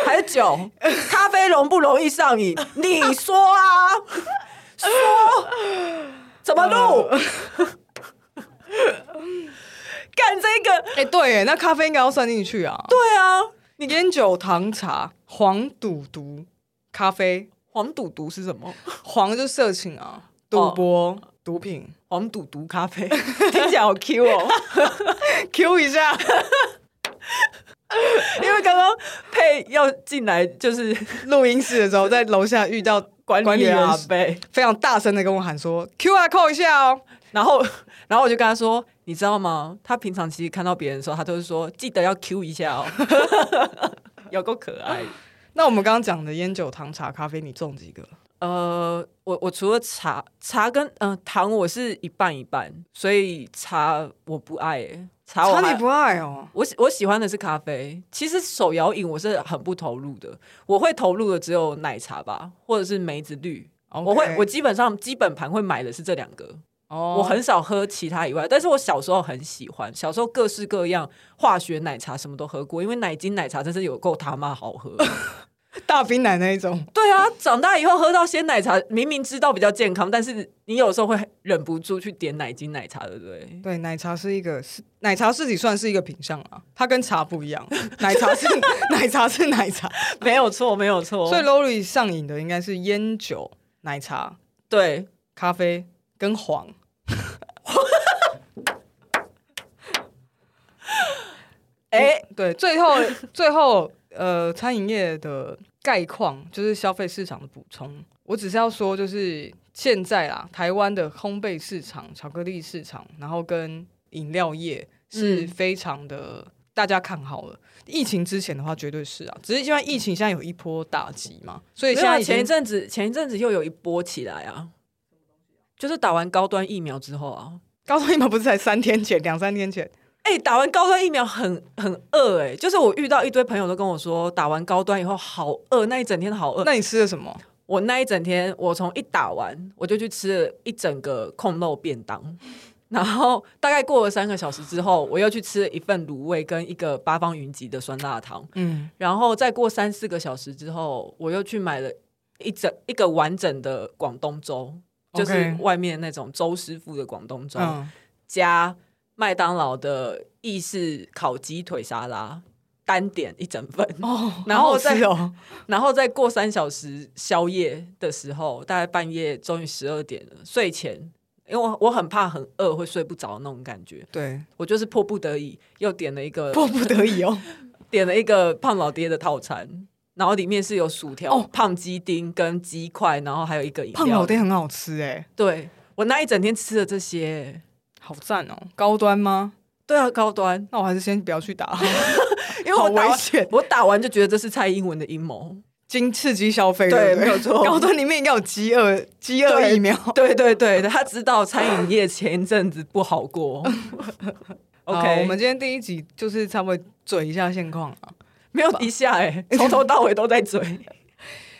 Speaker 2: 还是酒？咖啡容不容易上瘾？你说啊，说怎么录？干这个？
Speaker 1: 哎、对耶，那咖啡应该要算进去啊。
Speaker 2: 对啊，
Speaker 1: 对，烟酒、糖茶、黄赌毒、咖啡，
Speaker 2: 黄赌毒是什么？
Speaker 1: 黄就是色情啊，赌博、毒品。
Speaker 2: 黄赌毒咖啡听起来好 Q 哦。
Speaker 1: Q 一下。
Speaker 2: 因为刚刚佩要进来就是
Speaker 1: 录音室的时候，在楼下遇到管
Speaker 2: 管理员
Speaker 1: 员
Speaker 2: 阿，贝，
Speaker 1: 非常大声的跟我喊说：“QR code 一下哦。
Speaker 2: 然后然后我就跟他说，你知道吗？他平常其实看到别人的时候，他都是说记得要 Q 一下哦， 有够可
Speaker 1: 哎
Speaker 2: 爱。”
Speaker 1: 那我们刚刚讲的烟酒、糖茶、咖啡，你中几个？
Speaker 2: 呃，我我除了茶茶跟嗯、呃糖，我是一半一半，所以茶我不爱、欸，茶我
Speaker 1: 茶
Speaker 2: 还
Speaker 1: 你不爱哦，
Speaker 2: 我喜我喜欢的是咖啡，其实手摇饮我是很不投入的，我会投入的只有奶茶吧，或者是梅子绿。
Speaker 1: OK
Speaker 2: 我会我基本上基本盘会买的是这两个，
Speaker 1: 哦
Speaker 2: 我很少喝其他以外，但是我小时候很喜欢，小时候各式各样化学奶茶什么都喝过，因为奶精奶茶真是有够他妈好 喝。
Speaker 1: 大冰奶那一种。
Speaker 2: 对啊，长大以后喝到鲜奶茶，明明知道比较健康，但是你有时候会忍不住去点奶精奶茶，对 不对？
Speaker 1: 对，奶茶是一个是奶茶自己算是一个品相啊，它跟茶不一 样，奶茶是奶茶是奶茶，
Speaker 2: 没有错，没有错。
Speaker 1: 所以 Lori 上瘾的应该是烟酒、奶茶、
Speaker 2: 对，
Speaker 1: 咖啡跟黄。
Speaker 2: 哎、
Speaker 1: 对，最 后最后呃，餐饮业的概况就是消费市场的补充。我只是要说，就是现在啦，台湾的烘焙市场、巧克力市场，然后跟饮料业是
Speaker 2: 嗯
Speaker 1: 非常的、大家看好了。疫情之前的话，绝对是啊，只是因为疫情现在有一波打击嘛，所以
Speaker 2: 没
Speaker 1: 现
Speaker 2: 有啊
Speaker 1: 在已
Speaker 2: 前一
Speaker 1: 经
Speaker 2: 阵子前一阵子又有一波起来啊，就是打完高端疫苗之后啊，
Speaker 1: 高中疫苗不是才三天前、两三天前，
Speaker 2: 哎、打完高端疫苗很很饿哎、就是我遇到一堆朋友都跟我说，打完高端以后好饿，那一整天好饿。
Speaker 1: 那你吃了什么？
Speaker 2: 我那一整天，我从一打完我就去吃了一整个控肉便当，然后大概过了三个小时之后，我又去吃了一份卤味跟一个八方云集的酸辣汤，
Speaker 1: 嗯，
Speaker 2: 然后再过三四个小时之后，我又去买了一整一个完整的广东粥，就是
Speaker 1: OK
Speaker 2: 外面那种周师傅的广东粥，
Speaker 1: 嗯，
Speaker 2: 加麦当劳的意式烤鸡腿沙拉单点一整份，
Speaker 1: 哦，
Speaker 2: 然后
Speaker 1: 好好
Speaker 2: 再
Speaker 1: 吃哦，
Speaker 2: 然后再过三小时宵夜的时候，大概半夜终于十二点了，睡前，因为我我很怕很饿会睡不着那种感觉，
Speaker 1: 对，
Speaker 2: 我就是迫不得已又点了一个
Speaker 1: 迫不得已哦，
Speaker 2: 点了一个胖老爹的套餐，然后里面是有薯条、
Speaker 1: 哦
Speaker 2: 胖鸡丁跟鸡块，然后还有一个饮料。
Speaker 1: 胖老爹很好吃哎、
Speaker 2: 对我那一整天吃了这些，
Speaker 1: 好赞哦，高端吗？
Speaker 2: 对啊，高端，
Speaker 1: 那我还是先不要去 打，
Speaker 2: 因为我
Speaker 1: 好
Speaker 2: 打
Speaker 1: 危
Speaker 2: 完
Speaker 1: 险，
Speaker 2: 我打完就觉得这是蔡英文的阴谋。
Speaker 1: 经刺激消费，对
Speaker 2: 对
Speaker 1: 不对
Speaker 2: 没有错
Speaker 1: 高端里面应该有饥 饿饥饿
Speaker 2: 对
Speaker 1: 疫苗。
Speaker 2: 对对对，他知道餐饮业前一阵子不好 过。
Speaker 1: 好
Speaker 2: OK，
Speaker 1: 我们今天第一集就是差不多嘴一下现况啊，
Speaker 2: 没有一下哎、从头到尾都在追。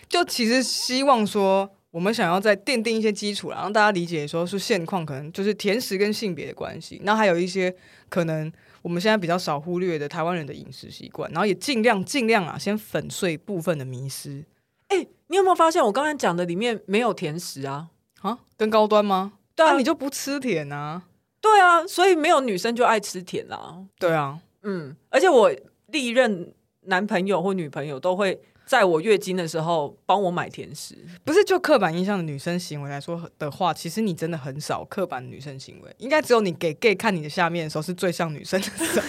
Speaker 1: 就其实希望说。我们想要再奠定一些基础啦，让大家理解说是现况，可能就是甜食跟性别的关系，那还有一些可能我们现在比较少忽略的台湾人的饮食习惯，然后也尽量尽量啊，先粉碎部分的迷失
Speaker 2: 哎、你有没有发现我刚才讲的里面没有甜食啊？
Speaker 1: 啊，跟高端吗？
Speaker 2: 对啊
Speaker 1: 你就不吃甜啊？
Speaker 2: 对啊，所以没有女生就爱吃甜啦、
Speaker 1: 对啊，
Speaker 2: 嗯，而且我历任男朋友或女朋友都会在我月经的时候帮我买甜食。
Speaker 1: 不是就刻板印象的女生行为来说的话，其实你真的很少刻板女生行为，应该只有你给 gay 看你的下面的时候是最像女生的时候，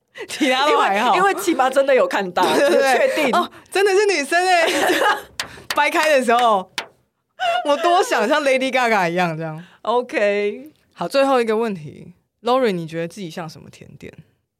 Speaker 1: 其他
Speaker 2: 因
Speaker 1: 都
Speaker 2: 为
Speaker 1: 还好，
Speaker 2: 因为奇葩真的有看 到，
Speaker 1: 对不对
Speaker 2: 我确定、
Speaker 1: 哦，真的是女生哎、 掰开的时候，我多想像 Lady Gaga 一样这样。
Speaker 2: OK。
Speaker 1: 好，最后一个问题，Lori，你觉得自己像什么甜点？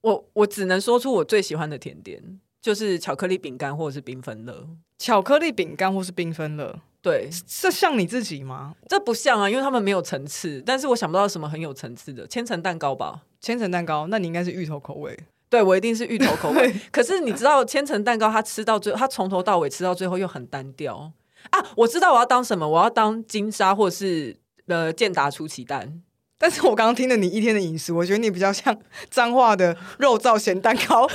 Speaker 2: 我我只能说出我最喜欢的甜点，就是巧克力饼干或者是缤纷乐。
Speaker 1: 巧克力饼干或是缤纷乐，
Speaker 2: 对，
Speaker 1: 这像你自己吗？
Speaker 2: 这不像啊，因为他们没有层次。但是我想不到什么很有层次的千层蛋糕吧？
Speaker 1: 千层蛋糕，那你应该是芋头口味。
Speaker 2: 对我一定是芋头口味。可是你知道千层蛋糕，它吃到最，它从头到尾吃到最后又很单调啊！我知道我要当什么，我要当金沙或是呃健达出奇蛋。
Speaker 1: 但是我刚刚听了你一天的饮食，我觉得你比较像彰化的肉燥咸蛋 糕，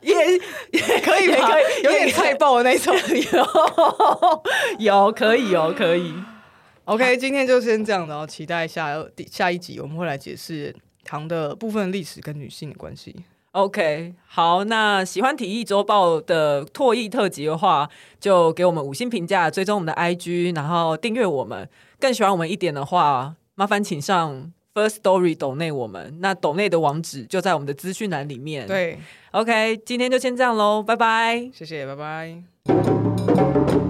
Speaker 2: 也
Speaker 1: 可以
Speaker 2: 也
Speaker 1: 吧
Speaker 2: 可以
Speaker 1: 有点菜爆的那种。
Speaker 2: 有有可以有可以，
Speaker 1: OK，今天就先这样了哦，然后期待下第下一集我们会来解释糖的部分历史跟女性的关系。
Speaker 2: OK，好，那喜欢体育周报的唾液特辑的话，就给我们五星评价，追踪我们的 IG，然后订阅我们。更喜欢我们一点的话，麻烦请上 First Story 抖内我们。那抖内的网址就在我们的资讯栏里面。
Speaker 1: 对，
Speaker 2: ，OK，今天就先这样喽，拜拜。
Speaker 1: 谢谢，拜拜。